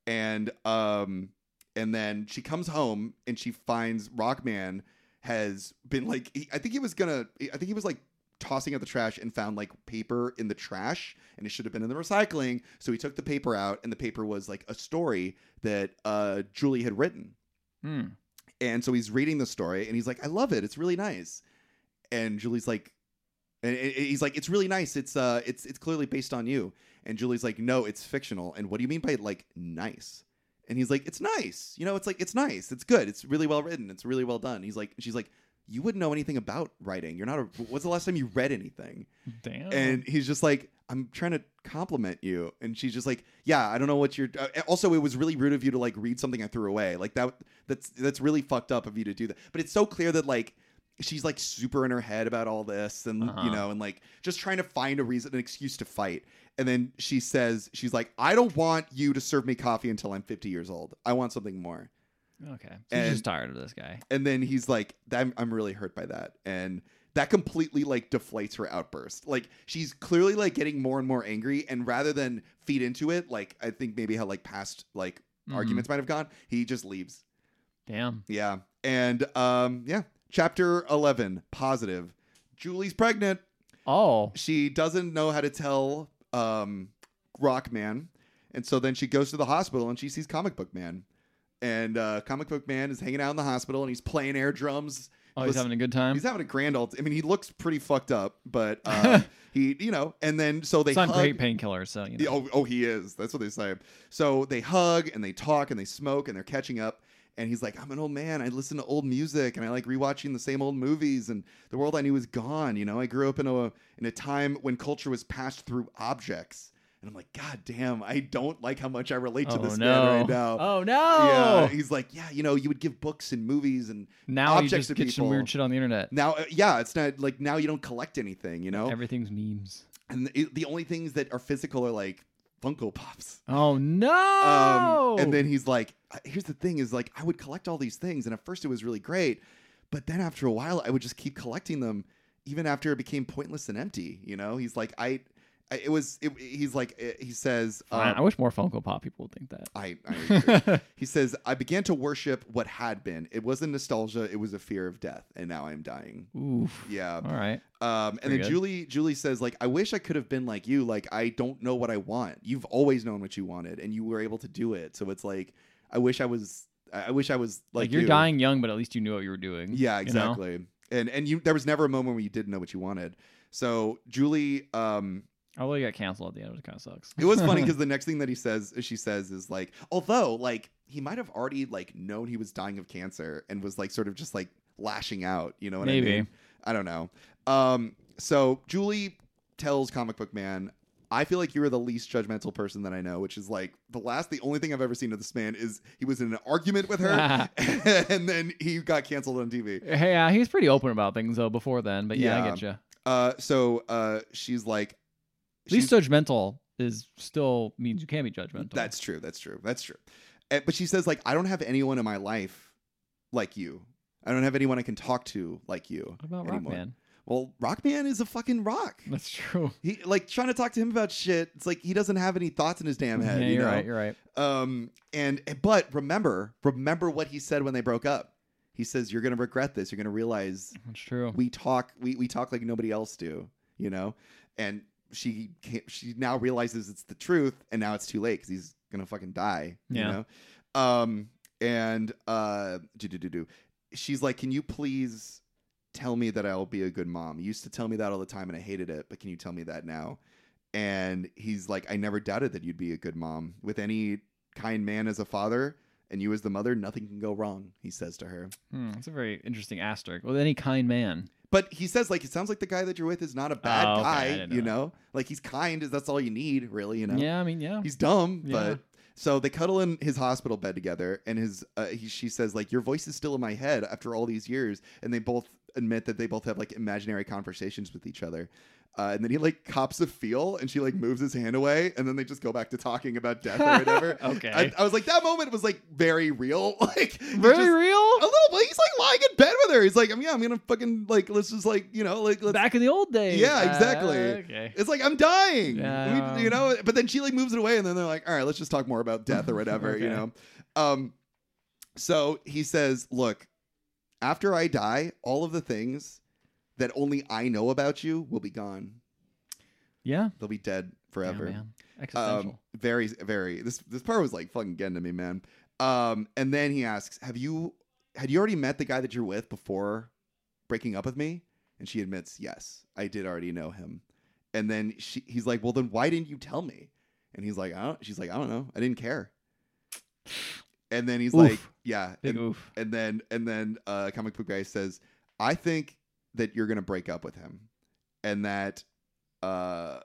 And um and then she comes home and she finds Rockman has been like he, I think he was gonna I think he was like tossing out the trash and found like paper in the trash and it should have been in the recycling. So he took the paper out and the paper was like a story that uh Julie had written. Hmm. And so he's reading the story and he's like, I love it. It's really nice. And Julie's like, and and he's like, it's really nice. It's uh, it's it's clearly based on you. And Julie's like, no, it's fictional. And what do you mean by like nice? And he's like, it's nice. You know, it's like it's nice. It's good. It's really well written. It's really well done. He's like, she's like, you wouldn't know anything about writing. You're not a. What's the last time you read anything? Damn. and he's just like i'm trying to compliment you and she's just like yeah i don't know what you're uh, also it was really rude of you to like read something i threw away like that that's that's really fucked up of you to do that but it's so clear that like she's like super in her head about all this and Uh-huh. you know and like just trying to find a reason an excuse to fight and then she says she's like i don't want you to serve me coffee until i'm 50 years old i want something more okay. So he's and- just tired of this guy. and then he's like, I'm, I'm really hurt by that. And that completely like deflates her outburst. Like she's clearly like getting more and more angry, and rather than feed into it, like I think maybe how like past like Mhm. arguments might have gone, he just leaves. Damn. Yeah, and um, yeah. Chapter eleven, positive. Julie's pregnant. Oh. She doesn't know how to tell um, Rock Man, and so then she goes to the hospital and she sees Comic Book Man, and uh, Comic Book Man is hanging out in the hospital and he's playing air drums. Oh, he's Listen- having a good time. He's having a grand old. I mean, he looks pretty fucked up, but uh, he, you know. And then so they It's on hug. great painkillers, so you know. Oh, oh, he is. That's what they say. So they hug and they talk and they smoke and they're catching up. And he's like, I'm an old man. I listen to old music and I like rewatching the same old movies. And the world I knew is gone. You know, I grew up in a in a time when culture was passed through objects. And I'm like, God damn, I don't like how much I relate to Oh, this no. man right now. Oh Yeah, no. he's like, yeah, you know, you would give books and movies and now you objects just to get some people. weird shit on the internet. now, uh, yeah, it's not like now you don't collect anything, you know. Everything's memes. and the, the only things that are physical are like Funko Pops. Oh no. Um, and Oh! then he's like, here's the thing is like, I would collect all these things. And at first it was really great. But then after a while, I would just keep collecting them even after it became pointless and empty. You know, he's like, I, I it was, it, he's like, uh, he says, Fine, I um, wish more Funko Pop people would think that. I, I agree. he says, I began to worship what had been. It wasn't nostalgia. It was a fear of death. And now I'm dying. Oof. Yeah. All right. Um, and Pretty then good. Julie Julie says like I wish I could have been like you like I don't know what I want. You've always known what you wanted and you were able to do it. So it's like I wish I was I I wish I was Like, like, you're you. dying young, but at least you knew what you were doing. Yeah, you know? exactly. And and you there was never a moment where you didn't know what you wanted. So Julie um Although you got canceled at the end, which kind of sucks. it was funny cuz the next thing that he says uh, she says is like although like he might have already like known he was dying of cancer and was like sort of just like lashing out, you know what I Maybe. mean? I don't know. Um, so Julie tells Comic Book Man, I feel like you are the least judgmental person that I know, which is like the last, the only thing I've ever seen of this man is he was in an argument with her and then he got canceled on TV. yeah, he's uh, pretty open about things though before then, but yeah, I Yeah. get you. At Uh, so uh, she's like, least she's- judgmental is still means you can be judgmental. that's true. That's true. That's true. Uh, But she says, like, I don't have anyone in my life like you. I don't have anyone I can talk to like you. what about anymore. Rockman? Well, Rockman is a fucking rock. That's true. He like trying to talk to him about shit. It's like he doesn't have any thoughts in his damn head. yeah, you you're know? right. You're right. Um, and but remember, remember what he said when they broke up. He says, "You're gonna regret this. You're gonna realize That's true. we talk, we we talk like nobody else do, you know." And she can't, she now realizes it's the truth, and now it's too late because he's gonna fucking die. Yeah. You know. Um, and uh, do do do do. She's like, "Can you please tell me that I'll be a good mom? You used to tell me that all the time, and I hated it, but can you tell me that now?" And he's like, "I never doubted that you'd be a good mom with any kind man as a father." And you, as the mother, nothing can go wrong, he says to her. Hmm, that's a very interesting asterisk. With any kind man. But he says like it sounds like the guy that you're with is not a bad Oh, okay. I guy, didn't know you that. know. Like he's kind, is that's all you need, really, you know. Yeah, I mean, yeah. He's dumb, Yeah. but so they cuddle in his hospital bed together, and his uh, he, she says like your voice is still in my head after all these years, and they both admit that they both have like imaginary conversations with each other. Uh, and then he like cops a feel, and she like moves his hand away, and then they just go back to talking about death or whatever. Okay. I, I was like, that moment was like very real, like he very just- oh, a real. little bit. He's like lying in bed with her. He's like, I'm yeah, I'm gonna fucking like let's just like you know like let's. Back in the old days. Yeah, Ah, exactly. okay. It's like I'm dying, Yeah. We- you know. But then she like moves it away, and then they're like, all right, let's just talk more about death or whatever, you Okay. know. Um, so he says, look, after I die, all of the things that only I know about you will be gone. Yeah. They'll be dead Yeah, forever. man. Existential. Um, very, very. This this part was like fucking getting to me, man. Um, and then he asks, "Have you had you already met the guy that you're with before breaking up with me?" And she admits, "Yes, I did already know him." And then she, he's like, "Well, then why didn't you tell me?" And he's like, "I don't." She's like, "I don't know. I didn't care." And then he's Oof. like, "Yeah." Big And, oof. and then and then uh, comic book guy says, "I think that you're gonna break up with him, and that uh,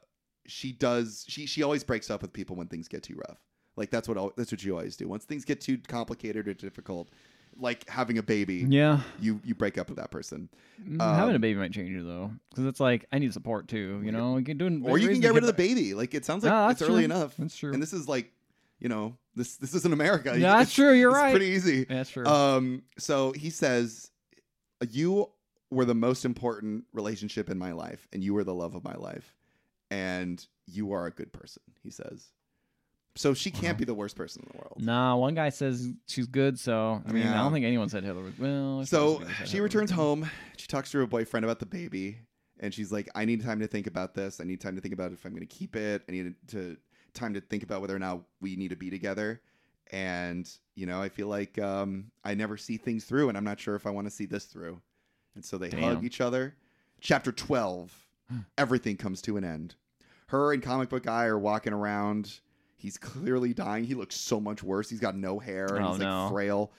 she does. She she always breaks up with people when things get too rough. Like that's what al- that's what you always do. Once things get too complicated or difficult, like having a baby, Yeah. you you break up with that person, Mm, Um, Having a baby might change you though, because it's like I need support too. You know, you're doing or you can raising get a rid of the kid- baby. Like it sounds like Ah, it's that's early true. enough, That's true. and this is like you know this this isn't America. Yeah, that's It's- Um, true. You're it's right. Pretty easy. Yeah, that's true. Um, so he says, "You were the most important relationship in my life, and you were the love of my life, and you are a good person. He says. So she can't Wow. be the worst person in the world. Nah, one guy says she's good, so I mean, I Yeah. don't think anyone said Hitler. was- Well, I suppose So people said she Hitler was returns good. home. She talks to her boyfriend about the baby, and she's like, "I need time to think about this. I need time to think about if I'm going to keep it. I need to time to think about whether or not we need to be together." And you know, I feel like um, I never see things through, and I'm not sure if I want to see this through. And so they Damn. hug each other. Chapter twelve. Everything comes to an end. Her and comic book guy are walking around. He's clearly dying. He looks so much worse. He's got no hair and Oh, he's no. like frail.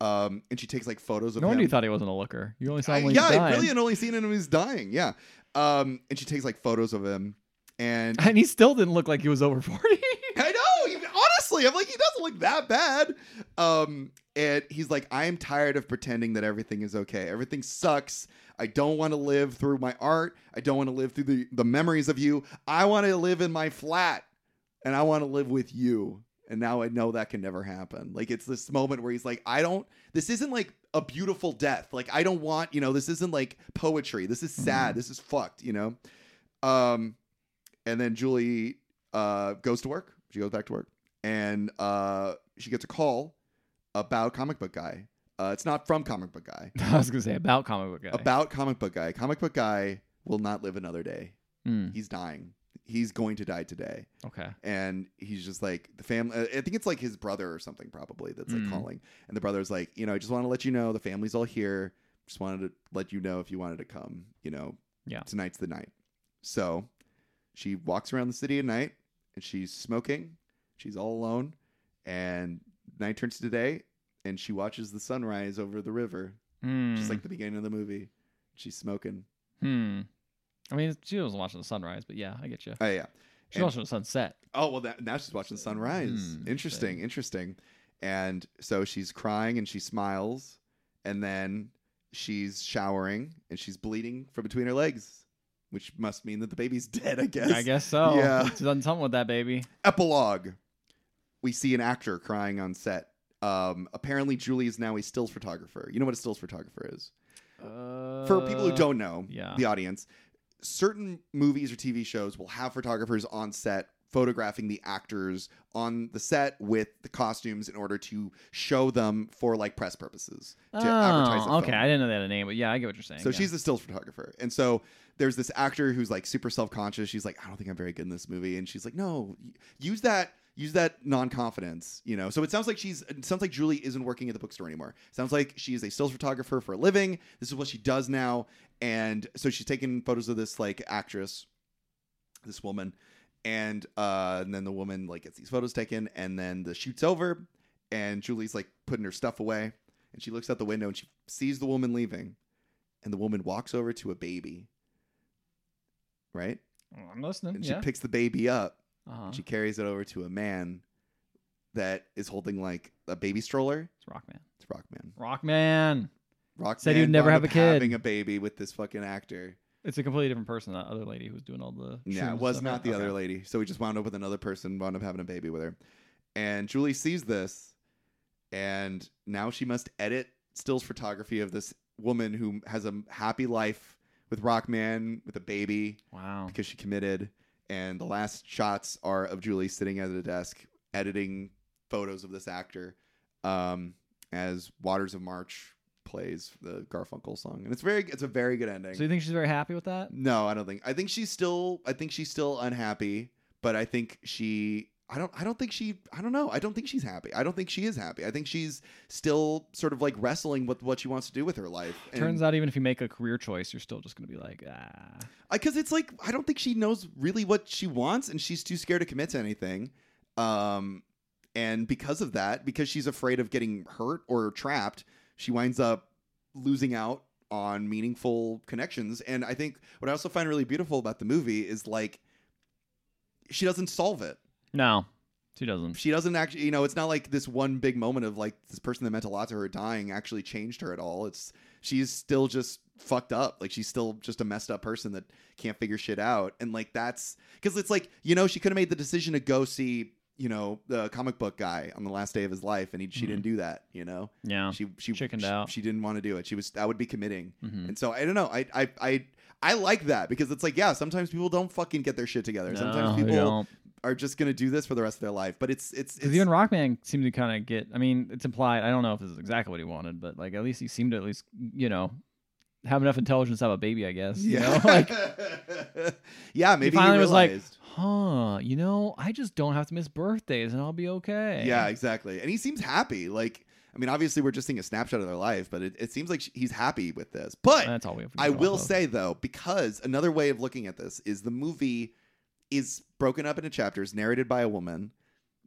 Um, and she takes like photos of No him. wonder you thought he wasn't a looker. You only saw I- him when yeah, he I died. really had only seen him when he's dying. Yeah. Um, and she takes like photos of him. And and he still didn't look like he was over forty. I know, he- honestly, I'm like, he doesn't look that bad. Um, and he's like, I am tired of pretending that everything is okay. Everything sucks. I don't want to live through my art. I don't want to live through the, the memories of you. I want to live in my flat and I want to live with you. And now I know that can never happen. Like, it's this moment where he's like, I don't, this isn't like a beautiful death. Like, I don't want, you know, this isn't like poetry. This is sad. This is fucked, you know? Um, and then Julie uh, goes to work. She goes back to work, and uh, she gets a call about comic book guy. Uh, it's not from comic book guy. I was gonna say about comic book guy. About comic book guy. Comic book guy will not live another day. Hmm, He's dying. He's going to die today. okay. And he's just like the family. I think it's like his brother or something probably that's like Mm. calling. And the brother's like, you know, I just want to let you know the family's all here. Just wanted to let you know if you wanted to come. You know, Yeah. tonight's the night. So she walks around the city at night and she's smoking. She's all alone. And night turns to day and she watches the sunrise over the river, Hmm. just like the beginning of the movie. She's smoking. hmm. I mean, she wasn't watching the sunrise, but yeah, I get you. Oh, yeah. She was watching the sunset. Oh, well, that, now she's watching the sunrise. Hmm, interesting. interesting, interesting. And so she's crying and she smiles. And then she's showering and she's bleeding from between her legs, which must mean that the baby's dead, I guess. I guess so. Yeah. She's done something with that baby. epilogue we see an actor crying on set um apparently julie is now a stills photographer you know what a stills photographer is Uh, for people who don't know yeah. the audience certain movies or tv shows will have photographers on set photographing the actors on the set with the costumes in order to show them for like press purposes to advertise the Oh, okay. film. I didn't know they had a name, but yeah, I get what you're saying. So yeah. she's a stills photographer. And so there's this actor who's like super self-conscious. She's like, I don't think I'm very good in this movie. And she's like, no, y- use that use that non-confidence, you know. So it sounds like she's it sounds like Julie isn't working at the bookstore anymore. Sounds like she is a stills photographer for a living. This is what she does now. And so she's taking photos of this like actress, this woman, and uh and then the woman like gets these photos taken and then the shoot's over and Julie's like putting her stuff away and she looks out the window and she sees the woman leaving and the woman walks over to a baby right Mm, I'm listening. and she Oh, yeah. picks the baby up uh-huh. and she carries it over to a man that is holding like a baby stroller It's Rockman. it's rockman Rockman. rockman Said he'd never wound have up a kid. having a baby with this fucking actor It's a completely different person. That other lady who was doing all the. Yeah, shrooms it and was stuff, not right? the other Okay. lady. So we just wound up with another person, wound up having a baby with her. And Julie sees this, and now she must edit stills photography of this woman who has a happy life with Rockman, with a baby, Wow. because she committed. And the last shots are of Julie sitting at a desk editing photos of this actor um, as Waters of March plays the Garfunkel song. And it's very, it's a very good ending. So you think she's very happy with that? No, I don't think. I think she's still. I think she's still unhappy. But I think she. I don't. I don't think she. I don't know. I don't think she's happy. I don't think she is happy. I think she's still sort of like wrestling with what she wants to do with her life. Turns out, even if you make a career choice, you're still just going to be like, ah. because it's like I don't think she knows really what she wants, and she's too scared to commit to anything. Um, and because of that, because she's afraid of getting hurt or trapped, she winds up losing out on meaningful connections. And I think what I also find really beautiful about the movie is like she doesn't solve it. No, she doesn't. She doesn't actually, you know, it's not like this one big moment of like this person that meant a lot to her dying actually changed her at all. It's she's still just fucked up. Like she's still just a messed up person that can't figure shit out. And like that's because it's like, you know, she could have made the decision to go see, you know, the comic book guy on the last day of his life, and he, she Mhm. didn't do that. You know, Yeah. she she Chickened she, out. She didn't want to do it. She was that would be committing. Mhm. And so I don't know. I I I I like that because it's like yeah, sometimes people don't fucking get their shit together. No, sometimes you people don't. are just gonna do this for the rest of their life. But it's it's, it's Because even Rock Band seemed to kind of get. I mean, it's implied. I don't know if this is exactly what he wanted, but like at least he seemed to at least you know have enough intelligence to have a baby. I guess. You yeah know? Like, yeah maybe he finally was like, realized. huh? You know, I just don't have to miss birthdays, and I'll be okay. yeah exactly and he seems happy like I mean obviously we're just seeing a snapshot of their life but it, it seems like sh- he's happy with this but That's all we have. To I go off will of. say though, because another way of looking at this is the movie is broken up into chapters, narrated by a woman.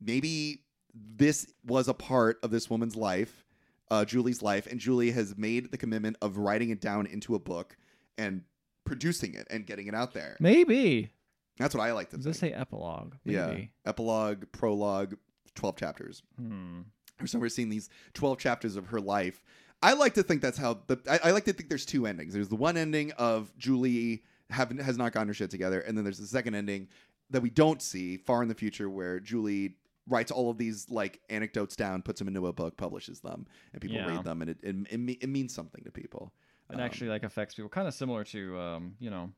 Maybe this was a part of this woman's life, uh, Julie's life, and Julie has made the commitment of writing it down into a book and producing it and getting it out there. maybe. That's what I like to Does think. this say epilogue? Yeah. Maybe. Epilogue, prologue, twelve chapters. Hmm. Or so we're seeing these 12 chapters of her life. I like to think that's how the I, I like to think there's two endings. There's the one ending of Julie have, has not gotten her shit together, and then there's the second ending that we don't see far in the future where Julie writes all of these like anecdotes down, puts them into a book, publishes them, and people Yeah. read them, and it it, it, me- it means something to people. It Um, actually like affects people, kind of similar to um, you know,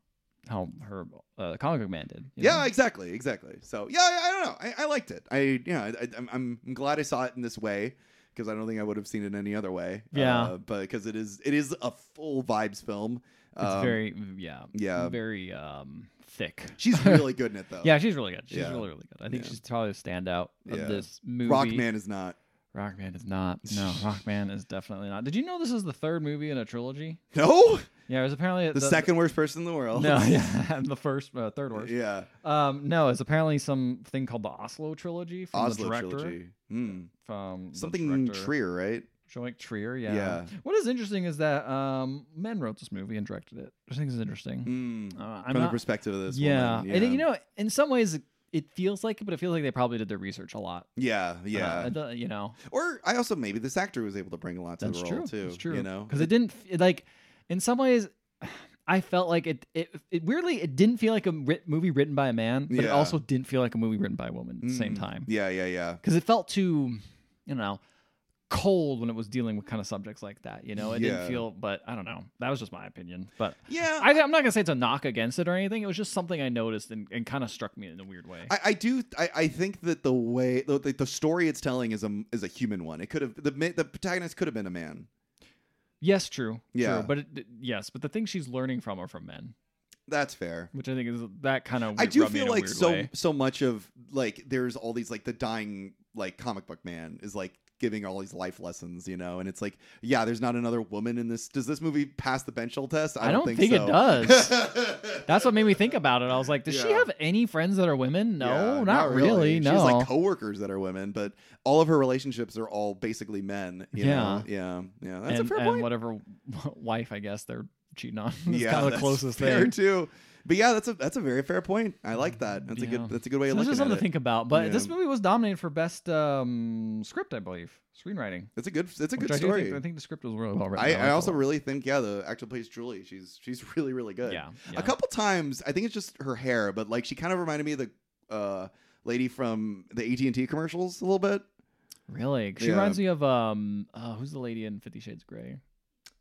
how her uh, comic book man did. you Yeah, know? exactly, exactly. So yeah, I, I don't know. I, I liked it. I you know I, I'm I'm glad I saw it in this way because I don't think I would have seen it any other way. Yeah. uh, but because it is it is a full vibes film. It's Um, very yeah. yeah. Very um thick. She's really good in it though. Yeah, she's really good. She's Yeah. really really good. I think Yeah. she's probably the standout of Yeah. this movie. Rockman is not. Rockman is not. No, Rockman is definitely not. Did you know this is the third movie in a trilogy? No, Yeah, it was apparently the, second worst person in the world. No, yeah, the first, uh, third worst. yeah, Um, no, it's apparently some thing called the Oslo trilogy from Oslo the director. trilogy. Hmm. From the Something director. Trier, right? Joint Trier, yeah. Yeah. What is interesting is that um, men wrote this movie and directed it. Which I think is interesting. Hmm. Uh, I'm From the not- perspective of this. yeah. woman. And you know, in some ways, it, it feels like it, but it feels like they probably did their research a lot. Yeah, Uh, yeah. it do- you know, or I also maybe this actor was able to bring a lot to that's the true. role too. That's true. You know, because it didn't f- it, like. In some ways, I felt like it. It, it weirdly, it didn't feel like a writ- movie written by a man, but it Yeah. also didn't feel like a movie written by a woman at the same Mm. time. Yeah, yeah, yeah. because it felt too, you know, cold when it was dealing with kind of subjects like that. You know, it didn't Yeah. feel. But I don't know. That was just my opinion. But Yeah, I, I'm not gonna say it's a knock against it or anything. It was just something I noticed and, and kind of struck me in a weird way. I, I do. I, I think that the way the, the, the story it's telling is a is a human one. It could have the ma- the protagonist could have been a man. yes, true. Yeah. True, but it, it- yes, but the things she's learning from are from men, That's fair. which I think is that kind of. I do feel like so so much of like there's all these like the dying like comic book man is like giving all these life lessons, you know, and it's like yeah, there's not another woman in this. Does this movie pass the benchel test? I I don't, don't think it so. does. That's what made me think about it. I was like, does she Yeah. have any friends that are women? No, Yeah, not, really. No. She has like coworkers that are women, but all of her relationships are all basically men. you Yeah. know? yeah, yeah. That's and, a fair and point. whatever wife I guess they're cheating on. It's kind of the that's closest fair thing. Mm, too. But yeah, that's a that's a very fair point. I like that. That's a Yeah. good that's a good way So of this looking is at something it. to think about. But Yeah. this movie was nominated for best um, script, I believe, screenwriting. it's a good it's a which good I do story. Think, I think the script was really well written. I, liked I it a also lot. really think yeah, the actor plays Julie. She's she's really really good. yeah, yeah. A couple times, I think it's just her hair, but like she kind of reminded me of the uh, lady from the AT and T commercials a little bit. really. She Yeah. reminds me of um, uh, who's the lady in Fifty Shades of Grey?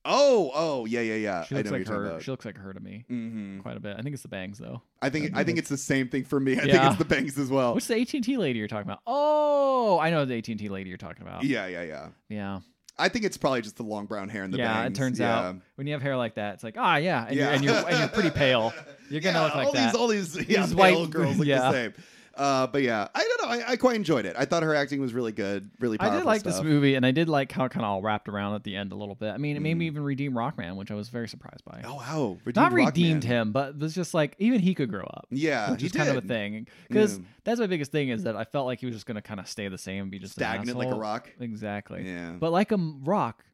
Oh oh yeah yeah yeah. She I looks know like what you're her. talking She looks like her to me about. Mhm. quite a bit. I think it's the bangs though. I think I I think think it's the same thing for me. I think Yeah. it's the bangs as well. What's the AT and T lady you're talking about? Oh, I know the AT and T lady you're talking about. Yeah yeah yeah. yeah. I think it's probably just the long brown hair and the yeah, bangs. it turns Yeah. out when you have hair like that, it's like ah yeah, and, you're, and you're and you're pretty pale. You're gonna Yeah, look like all that. These, all these, yeah, These pale white- girls look yeah. the same. Uh, but yeah, I don't know. I, I quite enjoyed it. I thought her acting was really good, really I powerful. did like stuff. this movie, and I did like how it kind of all wrapped around at the end a little bit. I mean, it made me Mhm. even redeem Rockman, which I was very surprised by. Oh wow, redeemed Not redeemed Rockman. him, but it was just like even he could grow up, Yeah, which he is kind of a did. Mm. thing. Because Yeah. that's my biggest thing is that I felt like he was just going to kind of stay the same, and be just an Stagnant like a asshole. rock. Exactly. Yeah, But like a m- rock,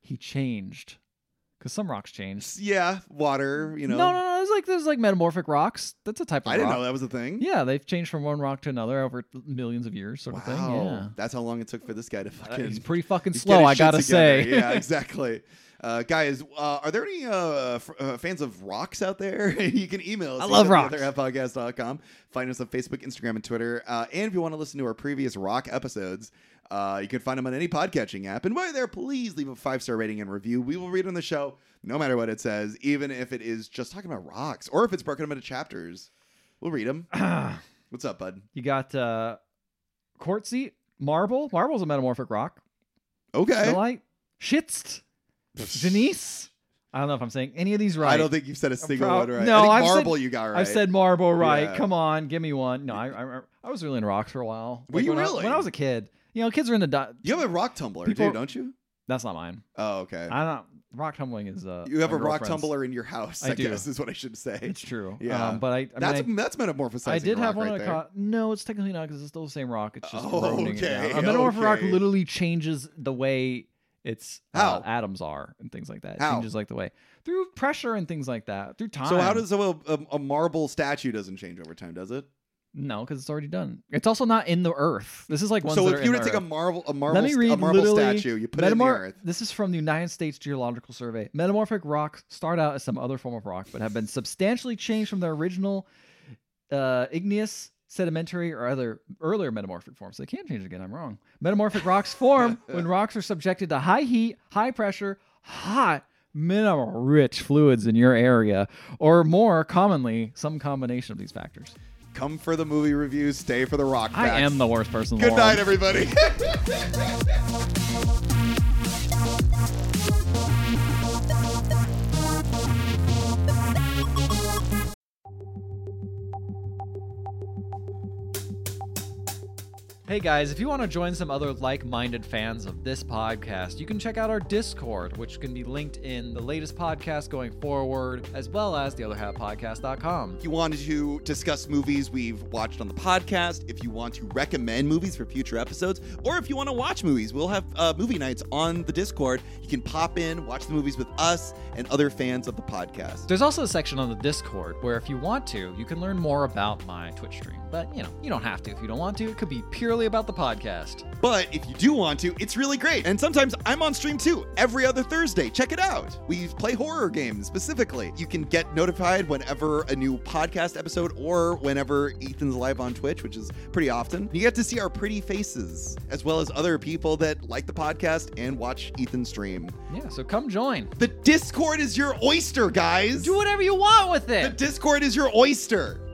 he changed. Because some rocks change. yeah, water. You know, no, no, no. There's like there's like metamorphic rocks. That's a type of I didn't rock. know that was a thing. Yeah, they've changed from one rock to another over millions of years, sort wow, of thing. Yeah. that's how long it took for this guy to Uh, fucking. He's pretty fucking get slow, his I shit gotta together. say. yeah, exactly. Uh, guys, uh, are there any uh, f- uh, fans of rocks out there? you can email us. I love rocks. Podcast.com. Find us on Facebook, Instagram, and Twitter. Uh, and if you want to listen to our previous rock episodes, uh, you can find them on any podcatching app. And while you're there, please leave a five star rating and review. We will read it on the show, no matter what it says, even if it is just talking about rocks or if it's broken up into chapters. We'll read them. What's up, bud? You got uh, quartzy, marble. Marble's a metamorphic rock. Okay. Stalite, schist, Janice. I don't know if I'm saying any of these right. I don't think you've said a single proud- one right. No, I think I've said- marble you got right. I've said marble right. Yeah. Come on, give me one. No, I, I I was really into rocks for a while. Were you when really? I, when I was a kid, you know, kids are into. Di- you have a rock tumbler, People- dude, don't you? That's not mine. Oh, okay. I don't. Rock tumbling is. Uh, You have my a rock girlfriend's. tumbler in your house. I, I do. guess is what I should say. It's true. Yeah. Um, but I. I mean, That's I- that's metamorphosizing. I did have rock one. right at a there. co- no, it's technically not because it's still the same rock. It's just Oh, rounding it down. okay, A metamorphic rock okay. literally changes the way its uh, How? atoms are and things like that. It How? changes like the way through pressure and things like that through time. So how does so a, a, a marble statue doesn't change over time, does it? no? Because it's already done. It's also not in the earth. This is like one. so if you were to take a marble a marble Let me st- read a marble literally statue, you put it in the Metamor- earth. this is from the United States Geological Survey. Metamorphic rocks start out as some other form of rock, but have been substantially changed from their original uh, igneous, sedimentary, or other earlier metamorphic forms. They can change again. I'm wrong. Metamorphic rocks form when rocks are subjected to high heat, high pressure, hot mineral-rich fluids in your area, or more commonly, some combination of these factors. Come for the movie reviews, stay for the rock. I facts. am the worst person. in the Good world. night, everybody. Hey guys, if you want to join some other like minded fans of this podcast, you can check out our Discord, which can be linked in the latest podcast going forward, as well as theotherhalfpodcast.com. If you wanted to discuss movies we've watched on the podcast, if you want to recommend movies for future episodes, or if you want to watch movies, we'll have uh, movie nights on the Discord. You can pop in, watch the movies with us and other fans of the podcast. There's also a section on the Discord where, if you want to, you can learn more about my Twitch stream. But, you know, you don't have to if you don't want to. It could be purely about the podcast. But if you do want to, it's really great. And sometimes I'm on stream too, every other Thursday. Check it out. We play horror games specifically. You can get notified whenever a new podcast episode or whenever Ethan's live on Twitch, which is pretty often. You get to see our pretty faces, as well as other people that like the podcast and watch Ethan stream. Yeah, so come join. The Discord is your oyster, guys. Do whatever you want with The it. Discord is your oyster.